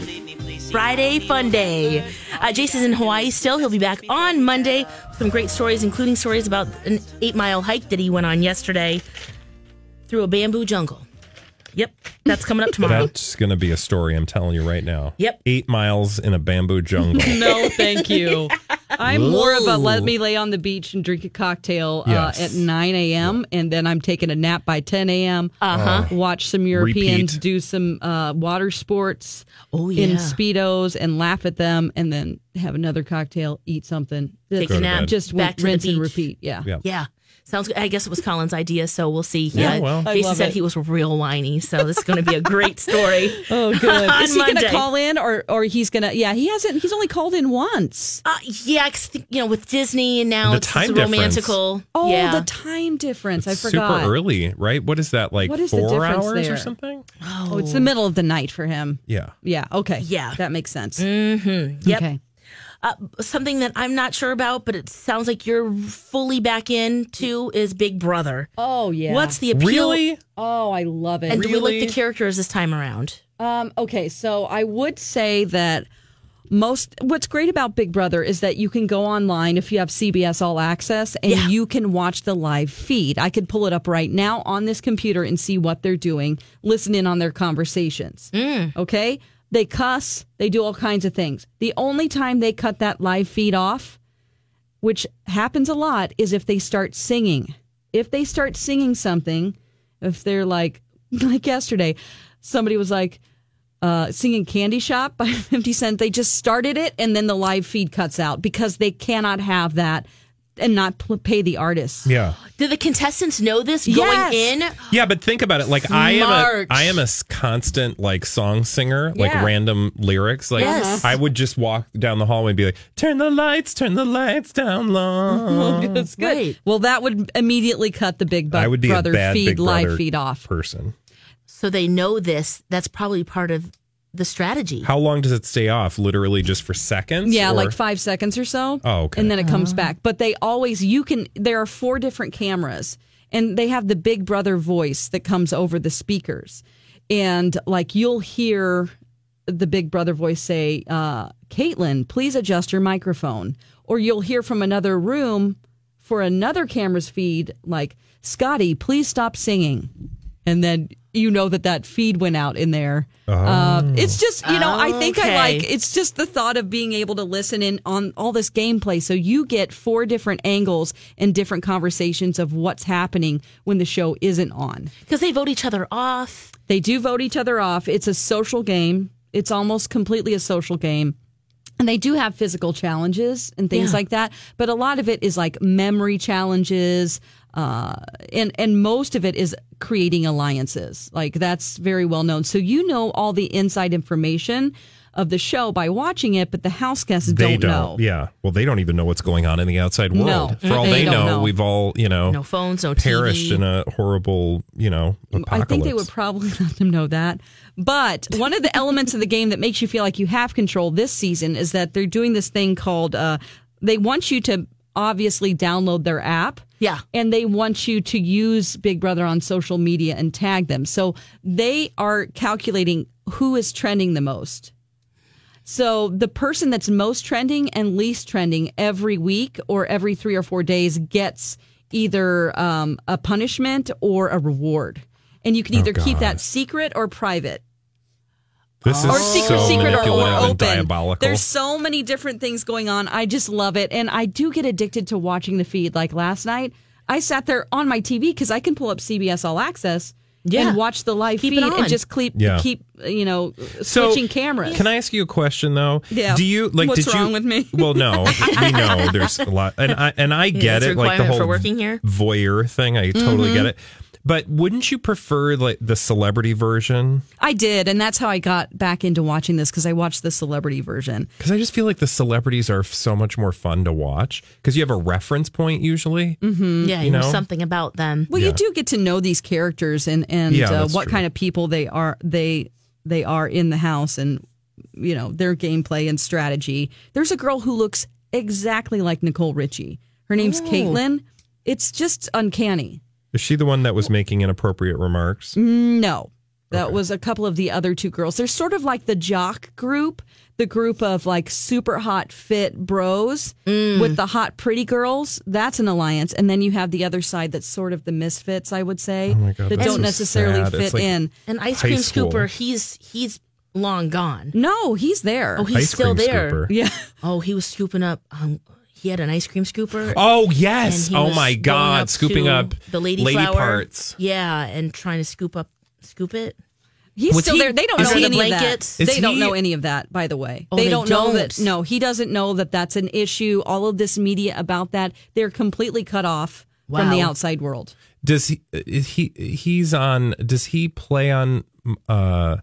Speaker 3: Friday Fun Day. Uh, Jason's in Hawaii still. He'll be back on Monday with some great stories, including stories about an eight mile hike that he went on yesterday through a bamboo jungle. Yep, that's coming up tomorrow.
Speaker 5: That's going to be a story. I'm telling you right now.
Speaker 3: Yep.
Speaker 5: Eight miles in a bamboo jungle.
Speaker 4: No, thank you. I'm more of a
Speaker 5: Whoa.
Speaker 4: let me lay on the beach and drink a cocktail
Speaker 5: Yes.
Speaker 4: uh, at 9 a.m. and then I'm taking a nap by 10 a.m.
Speaker 3: Uh-huh.
Speaker 5: Oh.
Speaker 4: Uh, Watch some Europeans
Speaker 3: Repeat.
Speaker 4: do some uh, water sports
Speaker 3: oh,
Speaker 4: in
Speaker 3: yeah.
Speaker 4: speedos and laugh at them, and then have another cocktail, eat something,
Speaker 3: Take a Go to nap, bed.
Speaker 4: just
Speaker 3: back to the
Speaker 4: rinse and
Speaker 3: beach.
Speaker 4: repeat. Yeah.
Speaker 5: yeah.
Speaker 3: Yeah. Sounds good. I guess it was Colin's idea, so we'll see.
Speaker 4: Yeah,
Speaker 3: Yeah.
Speaker 4: well. I
Speaker 3: Jason
Speaker 4: love
Speaker 3: said
Speaker 4: it.
Speaker 3: he was real whiny, so this is going to be a great story.
Speaker 4: Oh, good.
Speaker 3: On
Speaker 4: Is he going to
Speaker 3: Monday.
Speaker 4: call in, or or he's going to? Yeah, he hasn't. He's only called in once.
Speaker 3: Uh, yeah, 'cause, you know, with Disney and now
Speaker 5: The
Speaker 3: it's
Speaker 5: time
Speaker 3: it's
Speaker 5: difference.
Speaker 3: romantical.
Speaker 4: Oh,
Speaker 3: yeah.
Speaker 4: the time difference. I
Speaker 5: Super
Speaker 4: forgot.
Speaker 5: early, right? What is that like?
Speaker 4: What is the
Speaker 5: four
Speaker 4: difference
Speaker 5: hours
Speaker 4: there?
Speaker 5: or something?
Speaker 4: Oh. it's the middle of the night for him.
Speaker 5: Yeah.
Speaker 4: Yeah. Okay.
Speaker 3: Yeah.
Speaker 4: That makes sense.
Speaker 3: Mm-hmm. Yep.
Speaker 4: Okay.
Speaker 3: Uh, something that I'm not sure about, but it sounds like you're fully back in to is Big Brother.
Speaker 4: Oh yeah.
Speaker 3: What's the appeal?
Speaker 5: Really?
Speaker 4: Oh, I love it.
Speaker 3: And do we like the characters this time around?
Speaker 4: Um, okay, so I would say that most what's great about Big Brother is that you can go online if you have CBS All Access and
Speaker 3: Yeah.
Speaker 4: you can watch the live feed. I could pull it up right now on this computer and see what they're doing, listen in on their conversations. Okay? They cuss, they do all kinds of things. The only time they cut that live feed off, which happens a lot, is if they start singing. If they start singing something, if they're like like yesterday, somebody was like uh, singing Candy Shop by 50 Cent. They just started it and then the live feed cuts out because they cannot have that and not pl- pay the artists.
Speaker 5: Yeah.
Speaker 3: Do the contestants know this going
Speaker 4: Yes.
Speaker 3: in?
Speaker 5: Yeah, but think about it. Like I am
Speaker 3: Smart.
Speaker 5: a I am a s- constant like song singer, like
Speaker 3: Yeah.
Speaker 5: random lyrics. Like
Speaker 3: Yes.
Speaker 5: I would just walk down the hallway and be like, "Turn the lights, turn the lights down low."
Speaker 4: That's good. Well, that would immediately cut the Big Bu-
Speaker 5: I would be
Speaker 4: Brother
Speaker 5: a bad
Speaker 4: feed,
Speaker 5: Big
Speaker 4: live
Speaker 5: Brother
Speaker 4: feed off.
Speaker 5: person.
Speaker 3: So they know this. That's probably part of the strategy.
Speaker 5: How long does it stay off? Literally just for seconds?
Speaker 4: Yeah,
Speaker 5: Or-
Speaker 4: like five seconds or so.
Speaker 5: Oh, okay.
Speaker 4: And then it comes back. But they always, you can, there are four different cameras and they have the Big Brother voice that comes over the speakers. And like you'll hear the Big Brother voice say, uh, Caitlin, please adjust your microphone. Or you'll hear from another room for another camera's feed, like, Scotty, please stop singing. And then you know that that feed went out in there. Uh,
Speaker 13: Oh.
Speaker 4: it's just, you know, I think I
Speaker 13: Okay.
Speaker 4: like it's just the thought of being able to listen in on all this gameplay. So you get four different angles and different conversations of what's happening when the show isn't on.
Speaker 3: Because they vote each other off.
Speaker 4: They do vote each other off. It's a social game. It's almost completely a social game. And they do have physical challenges and things
Speaker 13: Yeah.
Speaker 4: like that, but a lot of it is like memory challenges, uh, and and most of it is creating alliances. Like that's very well known. So you know all the inside information of the show by watching it, but the house guests
Speaker 5: They
Speaker 4: don't, know.
Speaker 5: Yeah. Well, they don't even know what's going on in the outside
Speaker 4: No.
Speaker 5: world. For all
Speaker 4: They
Speaker 5: they,
Speaker 4: don't
Speaker 5: know,
Speaker 4: know.
Speaker 5: we've all, you know,
Speaker 3: No phones, no
Speaker 5: perished
Speaker 3: TV.
Speaker 5: in a horrible, you know, apocalypse.
Speaker 4: I think they would probably let them know that. But one of the elements of the game that makes you feel like you have control this season is that they're doing this thing called uh, they want you to obviously download their app.
Speaker 3: Yeah.
Speaker 4: And they want you to use Big Brother on social media and tag them. So they are calculating who is trending the most. So the person that's most trending and least trending every week or every three or four days gets either um, a punishment or a reward, and you can
Speaker 5: Oh,
Speaker 4: either keep
Speaker 5: God.
Speaker 4: that secret or private.
Speaker 5: This is
Speaker 4: or secret,
Speaker 5: so
Speaker 4: secret, or, or
Speaker 5: manipulative
Speaker 4: open.
Speaker 5: and diabolical.
Speaker 4: There's so many different things going on. I just love it, and I do get addicted to watching the feed. Like last night, I sat there on my TV because I can pull up CBS All Access
Speaker 3: Yeah.
Speaker 4: and watch the live
Speaker 3: Keep it
Speaker 4: feed and
Speaker 3: on.
Speaker 4: just keep
Speaker 5: Yeah.
Speaker 4: keep you know
Speaker 5: So,
Speaker 4: switching cameras.
Speaker 5: Can I ask you a question though?
Speaker 4: Yeah.
Speaker 5: Do you like?
Speaker 4: What's
Speaker 5: did
Speaker 4: wrong
Speaker 5: you,
Speaker 4: with me?
Speaker 5: Well, no, we know there's a lot, and I and I
Speaker 3: Yeah,
Speaker 5: get
Speaker 3: it's a
Speaker 5: it, like the
Speaker 3: requirement
Speaker 5: whole
Speaker 3: for working here. Mm-hmm.
Speaker 5: voyeur thing. I totally
Speaker 4: Mhm.
Speaker 5: get it. But wouldn't you prefer like the celebrity version?
Speaker 4: I did, and that's how I got back into watching this because I watched the celebrity version.
Speaker 5: Because I just feel like the celebrities are so much more fun to watch because you have a reference point usually.
Speaker 4: Mm-hmm.
Speaker 3: Yeah, you, know, something about them.
Speaker 4: Well, you do get to know these characters and and
Speaker 3: Yeah,
Speaker 4: uh,
Speaker 3: that's
Speaker 4: what
Speaker 3: true.
Speaker 4: kind of people they are they they are in the house and you know their gameplay and strategy. There's a girl who looks exactly like Nicole Richie. Her name's
Speaker 5: Oh.
Speaker 4: Caitlin. It's just uncanny.
Speaker 5: Is she the one that was making inappropriate remarks?
Speaker 3: Mm-hmm.
Speaker 4: No. That was a couple of the other two girls. They're sort of like the jock group, the group of like super hot fit bros
Speaker 5: Mm.
Speaker 4: with the hot pretty girls. That's an alliance. And then you have the other side that's sort of the misfits, I would say,
Speaker 5: Oh my God,
Speaker 4: that
Speaker 5: that's
Speaker 4: don't
Speaker 5: so
Speaker 4: necessarily
Speaker 5: sad. It's
Speaker 4: fit
Speaker 5: like
Speaker 4: in.
Speaker 3: An ice
Speaker 5: High
Speaker 3: cream
Speaker 5: school.
Speaker 3: scooper. He's he's long gone.
Speaker 4: No, he's there.
Speaker 3: Oh, he's
Speaker 5: Ice
Speaker 3: still
Speaker 5: cream
Speaker 3: there.
Speaker 5: scooper.
Speaker 4: Yeah.
Speaker 3: Oh, he was scooping up. Um, he had an ice cream scooper.
Speaker 5: Oh, yes.
Speaker 3: And he
Speaker 5: Oh,
Speaker 3: was
Speaker 5: my
Speaker 3: going
Speaker 5: God,
Speaker 3: up
Speaker 5: scooping
Speaker 3: to
Speaker 5: up
Speaker 3: the lady,
Speaker 5: lady
Speaker 3: flower.
Speaker 5: parts.
Speaker 3: Yeah, and trying to scoop up, scoop it.
Speaker 4: He's still there. They don't know
Speaker 3: Under
Speaker 4: any
Speaker 3: the
Speaker 4: of that.
Speaker 3: blankets.
Speaker 4: They don't know any of that, by the way.
Speaker 3: Oh,
Speaker 4: they,
Speaker 3: they
Speaker 4: don't, know that.
Speaker 3: don't.
Speaker 4: No, he doesn't know that that's an issue. All of this media about that, they're completely cut off from the
Speaker 5: Wow.
Speaker 4: outside world.
Speaker 5: Does he? uh, Is he he's on. Does he play on? uh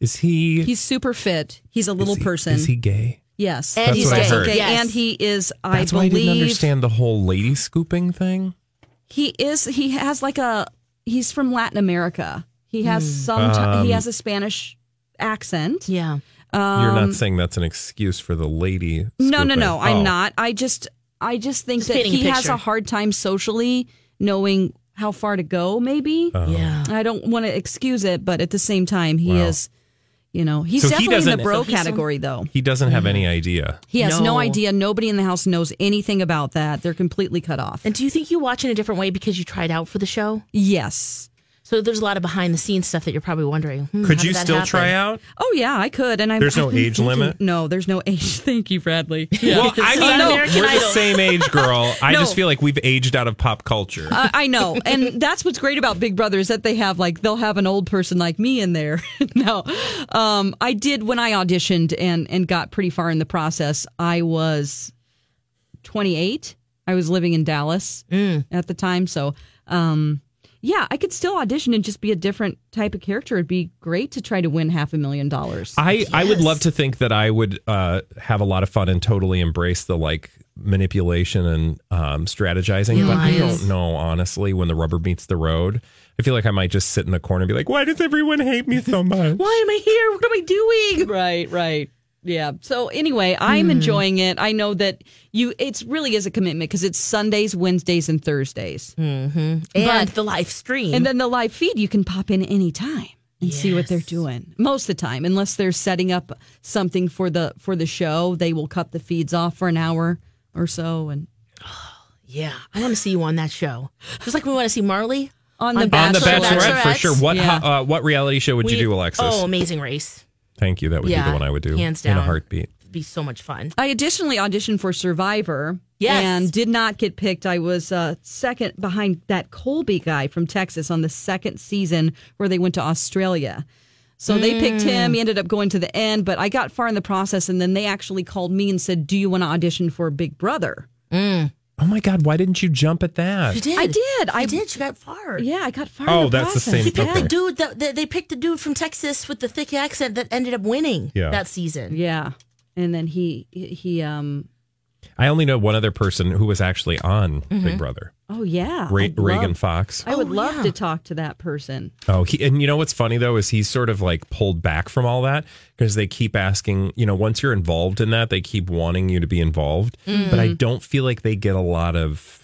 Speaker 5: Is he?
Speaker 4: He's super fit. He's a little
Speaker 5: is he-
Speaker 4: person.
Speaker 5: Is he gay?
Speaker 4: Yes.
Speaker 5: That's
Speaker 4: he's
Speaker 5: what I
Speaker 4: also
Speaker 5: heard.
Speaker 4: gay.
Speaker 5: Yes.
Speaker 4: And he is, I
Speaker 5: That's why I didn't
Speaker 4: believe,
Speaker 5: understand the whole lady scooping thing.
Speaker 4: he is, he has like a, he's from Latin America. He has some, ti-
Speaker 5: Um,
Speaker 4: he has a Spanish accent.
Speaker 3: Yeah.
Speaker 4: Um,
Speaker 5: You're not saying that's an excuse for the lady.
Speaker 4: No, no, no.
Speaker 5: scooping.
Speaker 4: I'm
Speaker 5: Oh.
Speaker 4: not. I just, I just think
Speaker 3: Just
Speaker 4: that
Speaker 3: painting a
Speaker 4: he has
Speaker 3: picture.
Speaker 4: a hard time socially knowing how far to go. Maybe.
Speaker 5: Oh. Yeah.
Speaker 4: I don't want to excuse it, but at the same time, he
Speaker 5: Wow.
Speaker 4: is, you know, he's
Speaker 5: So he
Speaker 4: definitely in
Speaker 5: doesn't-
Speaker 4: the bro
Speaker 5: So he's some-
Speaker 4: category, though.
Speaker 5: He doesn't have any idea.
Speaker 4: Mm. He has no.
Speaker 3: No.
Speaker 4: idea. Nobody in the house knows anything about that. They're completely cut off.
Speaker 3: And do you think you watch in a different way because you tried out for the show?
Speaker 4: Yes.
Speaker 3: So there's a lot of behind the scenes stuff that you're probably wondering. hmm,
Speaker 5: Could
Speaker 3: how did
Speaker 5: you
Speaker 3: that
Speaker 5: still
Speaker 3: happen?
Speaker 5: try out?
Speaker 4: Oh yeah, I could. And I
Speaker 5: There's no
Speaker 4: I've been
Speaker 5: age
Speaker 4: thinking-
Speaker 5: limit?
Speaker 4: No, there's no age. Thank you, Bradley.
Speaker 5: Well, I
Speaker 4: Oh,
Speaker 5: mean,
Speaker 4: no.
Speaker 5: we're the same age, girl. I
Speaker 4: No. Uh,
Speaker 5: just feel like we've aged out of pop culture.
Speaker 4: I I know, and that's what's great about Big Brother is that they have like they'll have an old person like me in there. no, um, I did when I auditioned and and got pretty far in the process. I was 28. I was living in Dallas at the time, so um, yeah, I could still audition and just be a different type of character. It'd be great to try to win half a million dollars.
Speaker 5: I, I would love to think that I would uh, have a lot of fun and totally embrace the like manipulation and um, strategizing, but I
Speaker 3: Lies.
Speaker 5: don't know honestly when the rubber meets the road. I feel like I might just sit in the corner and be like, "Why does everyone hate me so much?"
Speaker 3: Why am I here? What am I doing?
Speaker 4: Right, right. Yeah. So anyway, I'm enjoying it. I know that you it's really is a commitment because it's Sundays, Wednesdays, and Thursdays. Mm-hmm. And
Speaker 3: And the live stream.
Speaker 4: and then the live feed you can pop in anytime and see what they're doing. Most of the time, unless they're setting up something for the for the show, they will cut the feeds off for an hour or so and
Speaker 3: Yeah, I want to see you on that show. Just like we want to see Marley on
Speaker 5: on the Bachelorette for sure. What
Speaker 3: Yeah.
Speaker 5: ho- uh, what reality show would you
Speaker 3: We-
Speaker 5: do, Alexis?
Speaker 3: Oh, Amazing Race.
Speaker 5: Thank you. That would be
Speaker 3: Yeah,
Speaker 5: the one I would do.
Speaker 3: hands
Speaker 5: In a
Speaker 3: down.
Speaker 5: heartbeat.
Speaker 3: It'd be so much fun.
Speaker 4: I additionally auditioned for Survivor.
Speaker 3: Yes.
Speaker 4: And did not get picked. I was uh, second behind that Colby guy from Texas on the second season where they went to Australia. So they picked
Speaker 3: Hmm.
Speaker 4: him. He ended up going to the end, but I got far in the process. And then they actually called me and said, Do you want to audition for Big Brother?
Speaker 5: Oh my God! Why didn't you jump at that?
Speaker 4: I did. I
Speaker 3: did. She got far.
Speaker 4: Yeah, I got far.
Speaker 5: Oh, that's the same-
Speaker 3: He picked
Speaker 5: okay.
Speaker 3: the dude that, that they picked the dude from Texas with the thick accent that ended up winning
Speaker 5: Yeah.
Speaker 3: that season.
Speaker 4: Yeah. And then he he um
Speaker 5: I only know one other person who was actually on Big
Speaker 3: Mm-hmm.
Speaker 4: Mhm.
Speaker 5: Brother.
Speaker 4: oh yeah.
Speaker 5: Re-
Speaker 4: I'd
Speaker 5: Reagan
Speaker 4: love-
Speaker 5: Fox.
Speaker 4: I would
Speaker 3: Oh,
Speaker 4: love
Speaker 3: yeah.
Speaker 4: to talk to that person.
Speaker 5: Oh, he, and you know what's funny though is he's sort of like pulled back from all that because they keep asking, you know, once you're involved in that, they keep wanting you to be involved.
Speaker 3: Mm.
Speaker 5: But I don't feel like they get a lot of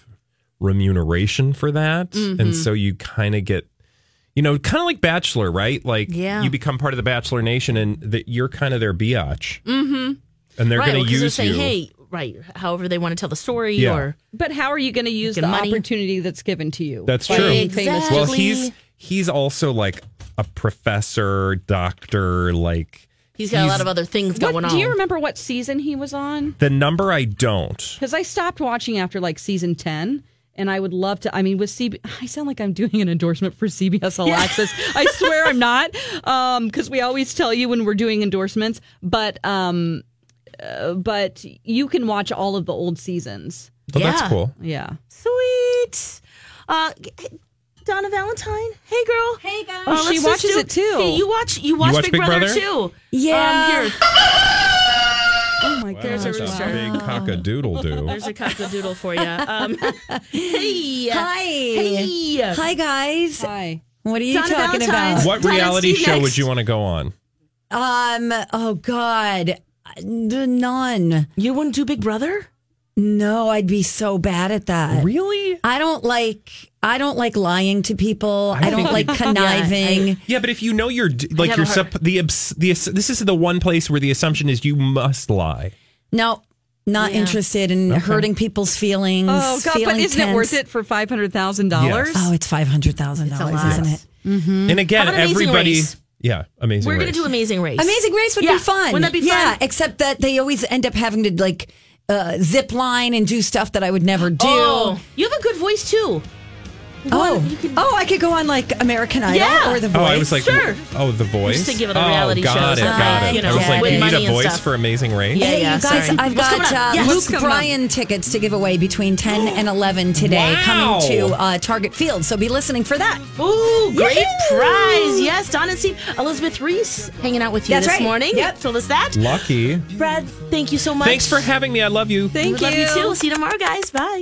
Speaker 5: remuneration for that.
Speaker 3: Mhm.
Speaker 5: And so you kind of get, you know, kind of like Bachelor, right? Like
Speaker 3: Yeah.
Speaker 5: you become part of the Bachelor Nation and that you're kind of their biatch
Speaker 3: Mm-hmm.
Speaker 5: and they're
Speaker 3: right,
Speaker 5: going to
Speaker 3: well, 'cause
Speaker 5: use
Speaker 3: they'll say,
Speaker 5: you.
Speaker 3: Hey, right. However, they want to tell the story
Speaker 5: Yeah.
Speaker 3: or
Speaker 4: But how are you going to use the
Speaker 3: Making money.
Speaker 4: opportunity that's given to you?
Speaker 5: That's
Speaker 4: by
Speaker 5: true.
Speaker 4: being famous?
Speaker 5: Well, he's he's also like a professor, doctor, like
Speaker 3: he's got a lot of other things
Speaker 4: What-
Speaker 3: going on.
Speaker 4: Do you remember what season he was on?
Speaker 5: the number I don't.
Speaker 4: Because I stopped watching after like season ten. And I would love to. I mean, with CB, I sound like I'm doing an endorsement for CBS All Access. I swear I'm not, because we always tell you when we're doing endorsements. But um, uh, but you can watch all of the old seasons.
Speaker 5: Oh, that's cool.
Speaker 4: Yeah.
Speaker 3: Sweet. Uh, g- Donna Valentine. Hey, girl. Hey, guys.
Speaker 4: Oh, she watches it, too.
Speaker 3: Hey, you watch. You watch,
Speaker 5: watch
Speaker 3: Big,
Speaker 5: Big
Speaker 3: Brother,
Speaker 5: Brother?
Speaker 3: too.
Speaker 4: Yeah.
Speaker 3: Um, here.
Speaker 4: Oh my
Speaker 5: There's
Speaker 4: gosh.
Speaker 5: a big cock a doodle do.
Speaker 3: There's a cockadoodle for you. Um, hey.
Speaker 13: Hi.
Speaker 3: Hey.
Speaker 13: Hi, guys.
Speaker 4: Hi.
Speaker 13: What are you
Speaker 3: Donna
Speaker 13: talking
Speaker 3: Valentine.
Speaker 13: about?
Speaker 5: What reality show would you want to go on?
Speaker 13: Um. Oh God, N- none.
Speaker 3: You wouldn't do Big Brother?
Speaker 13: No, I'd be so bad at that.
Speaker 5: Really?
Speaker 13: I don't like. I don't like lying to people. I, don't like conniving.
Speaker 5: Yeah, but if you know you're d- like
Speaker 13: have
Speaker 5: you're
Speaker 13: a hard-
Speaker 5: sup- the abs- the ass- this is the one place where the assumption is you must lie.
Speaker 13: no, not
Speaker 4: Yeah.
Speaker 13: interested in hurting people's feelings.
Speaker 4: Oh God! But
Speaker 13: feeling
Speaker 4: isn't it worth
Speaker 13: tense.
Speaker 4: it for five hundred thousand dollars?
Speaker 13: Oh, it's five hundred thousand dollars,
Speaker 3: lot.
Speaker 13: isn't it?
Speaker 5: And again,
Speaker 3: How about Mm. Amazing
Speaker 5: everybody.
Speaker 3: Race?
Speaker 5: Yeah, amazing.
Speaker 3: We're gonna
Speaker 5: Race.
Speaker 3: do Amazing Race.
Speaker 13: Amazing Race would
Speaker 3: Yeah.
Speaker 13: be fun.
Speaker 3: Wouldn't that be
Speaker 13: Yeah,
Speaker 3: fun?
Speaker 13: except that they always end up having to like uh, zip line and do stuff that I would never do.
Speaker 3: Oh, you have a good voice too.
Speaker 13: Oh, oh, I could go on like American Idol
Speaker 3: Yeah.
Speaker 13: or The Voice.
Speaker 5: Oh, I was like,
Speaker 3: Sure.
Speaker 5: oh, the voice.
Speaker 3: used to give it a
Speaker 5: oh,
Speaker 3: reality
Speaker 5: got
Speaker 3: show,
Speaker 5: it,
Speaker 3: so,
Speaker 5: got
Speaker 3: uh,
Speaker 5: it.
Speaker 3: you
Speaker 5: I
Speaker 3: know,
Speaker 5: was like,
Speaker 3: with
Speaker 5: you need
Speaker 3: money
Speaker 5: a
Speaker 3: and
Speaker 5: voice
Speaker 3: stuff.
Speaker 5: for Amazing Race.
Speaker 3: Yeah,
Speaker 13: hey,
Speaker 3: yeah,
Speaker 13: you guys,
Speaker 3: sorry.
Speaker 13: I've
Speaker 3: What's
Speaker 13: got
Speaker 3: coming up?
Speaker 13: uh,
Speaker 3: Yes. What's
Speaker 13: Luke
Speaker 3: coming up?
Speaker 13: Bryan tickets to give away between 10 and 11 today
Speaker 5: Wow.
Speaker 13: coming to uh, Target Field. So be listening for that.
Speaker 3: Ooh, great
Speaker 13: Yahoo!
Speaker 3: prize. Yes, Don and Steve. Elizabeth Reese hanging out with you
Speaker 13: That's
Speaker 3: this
Speaker 13: right.
Speaker 3: morning.
Speaker 13: Yep.
Speaker 3: Told us that.
Speaker 5: Lucky.
Speaker 3: Brad, thank you so much.
Speaker 5: Thanks for having me. I love you.
Speaker 4: Thank
Speaker 3: Love you too. See you tomorrow, guys. Bye.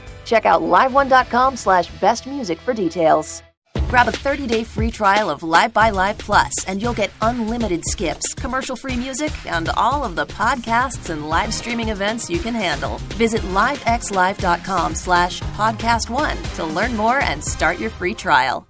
Speaker 14: Check out liveone.com slash best music for details.
Speaker 15: Grab a 30-day free trial of Live by Live Plus, and you'll get unlimited skips, commercial-free music, and all of the podcasts and live streaming events you can handle. Visit livexlive.com slash podcast one to learn more and start your free trial.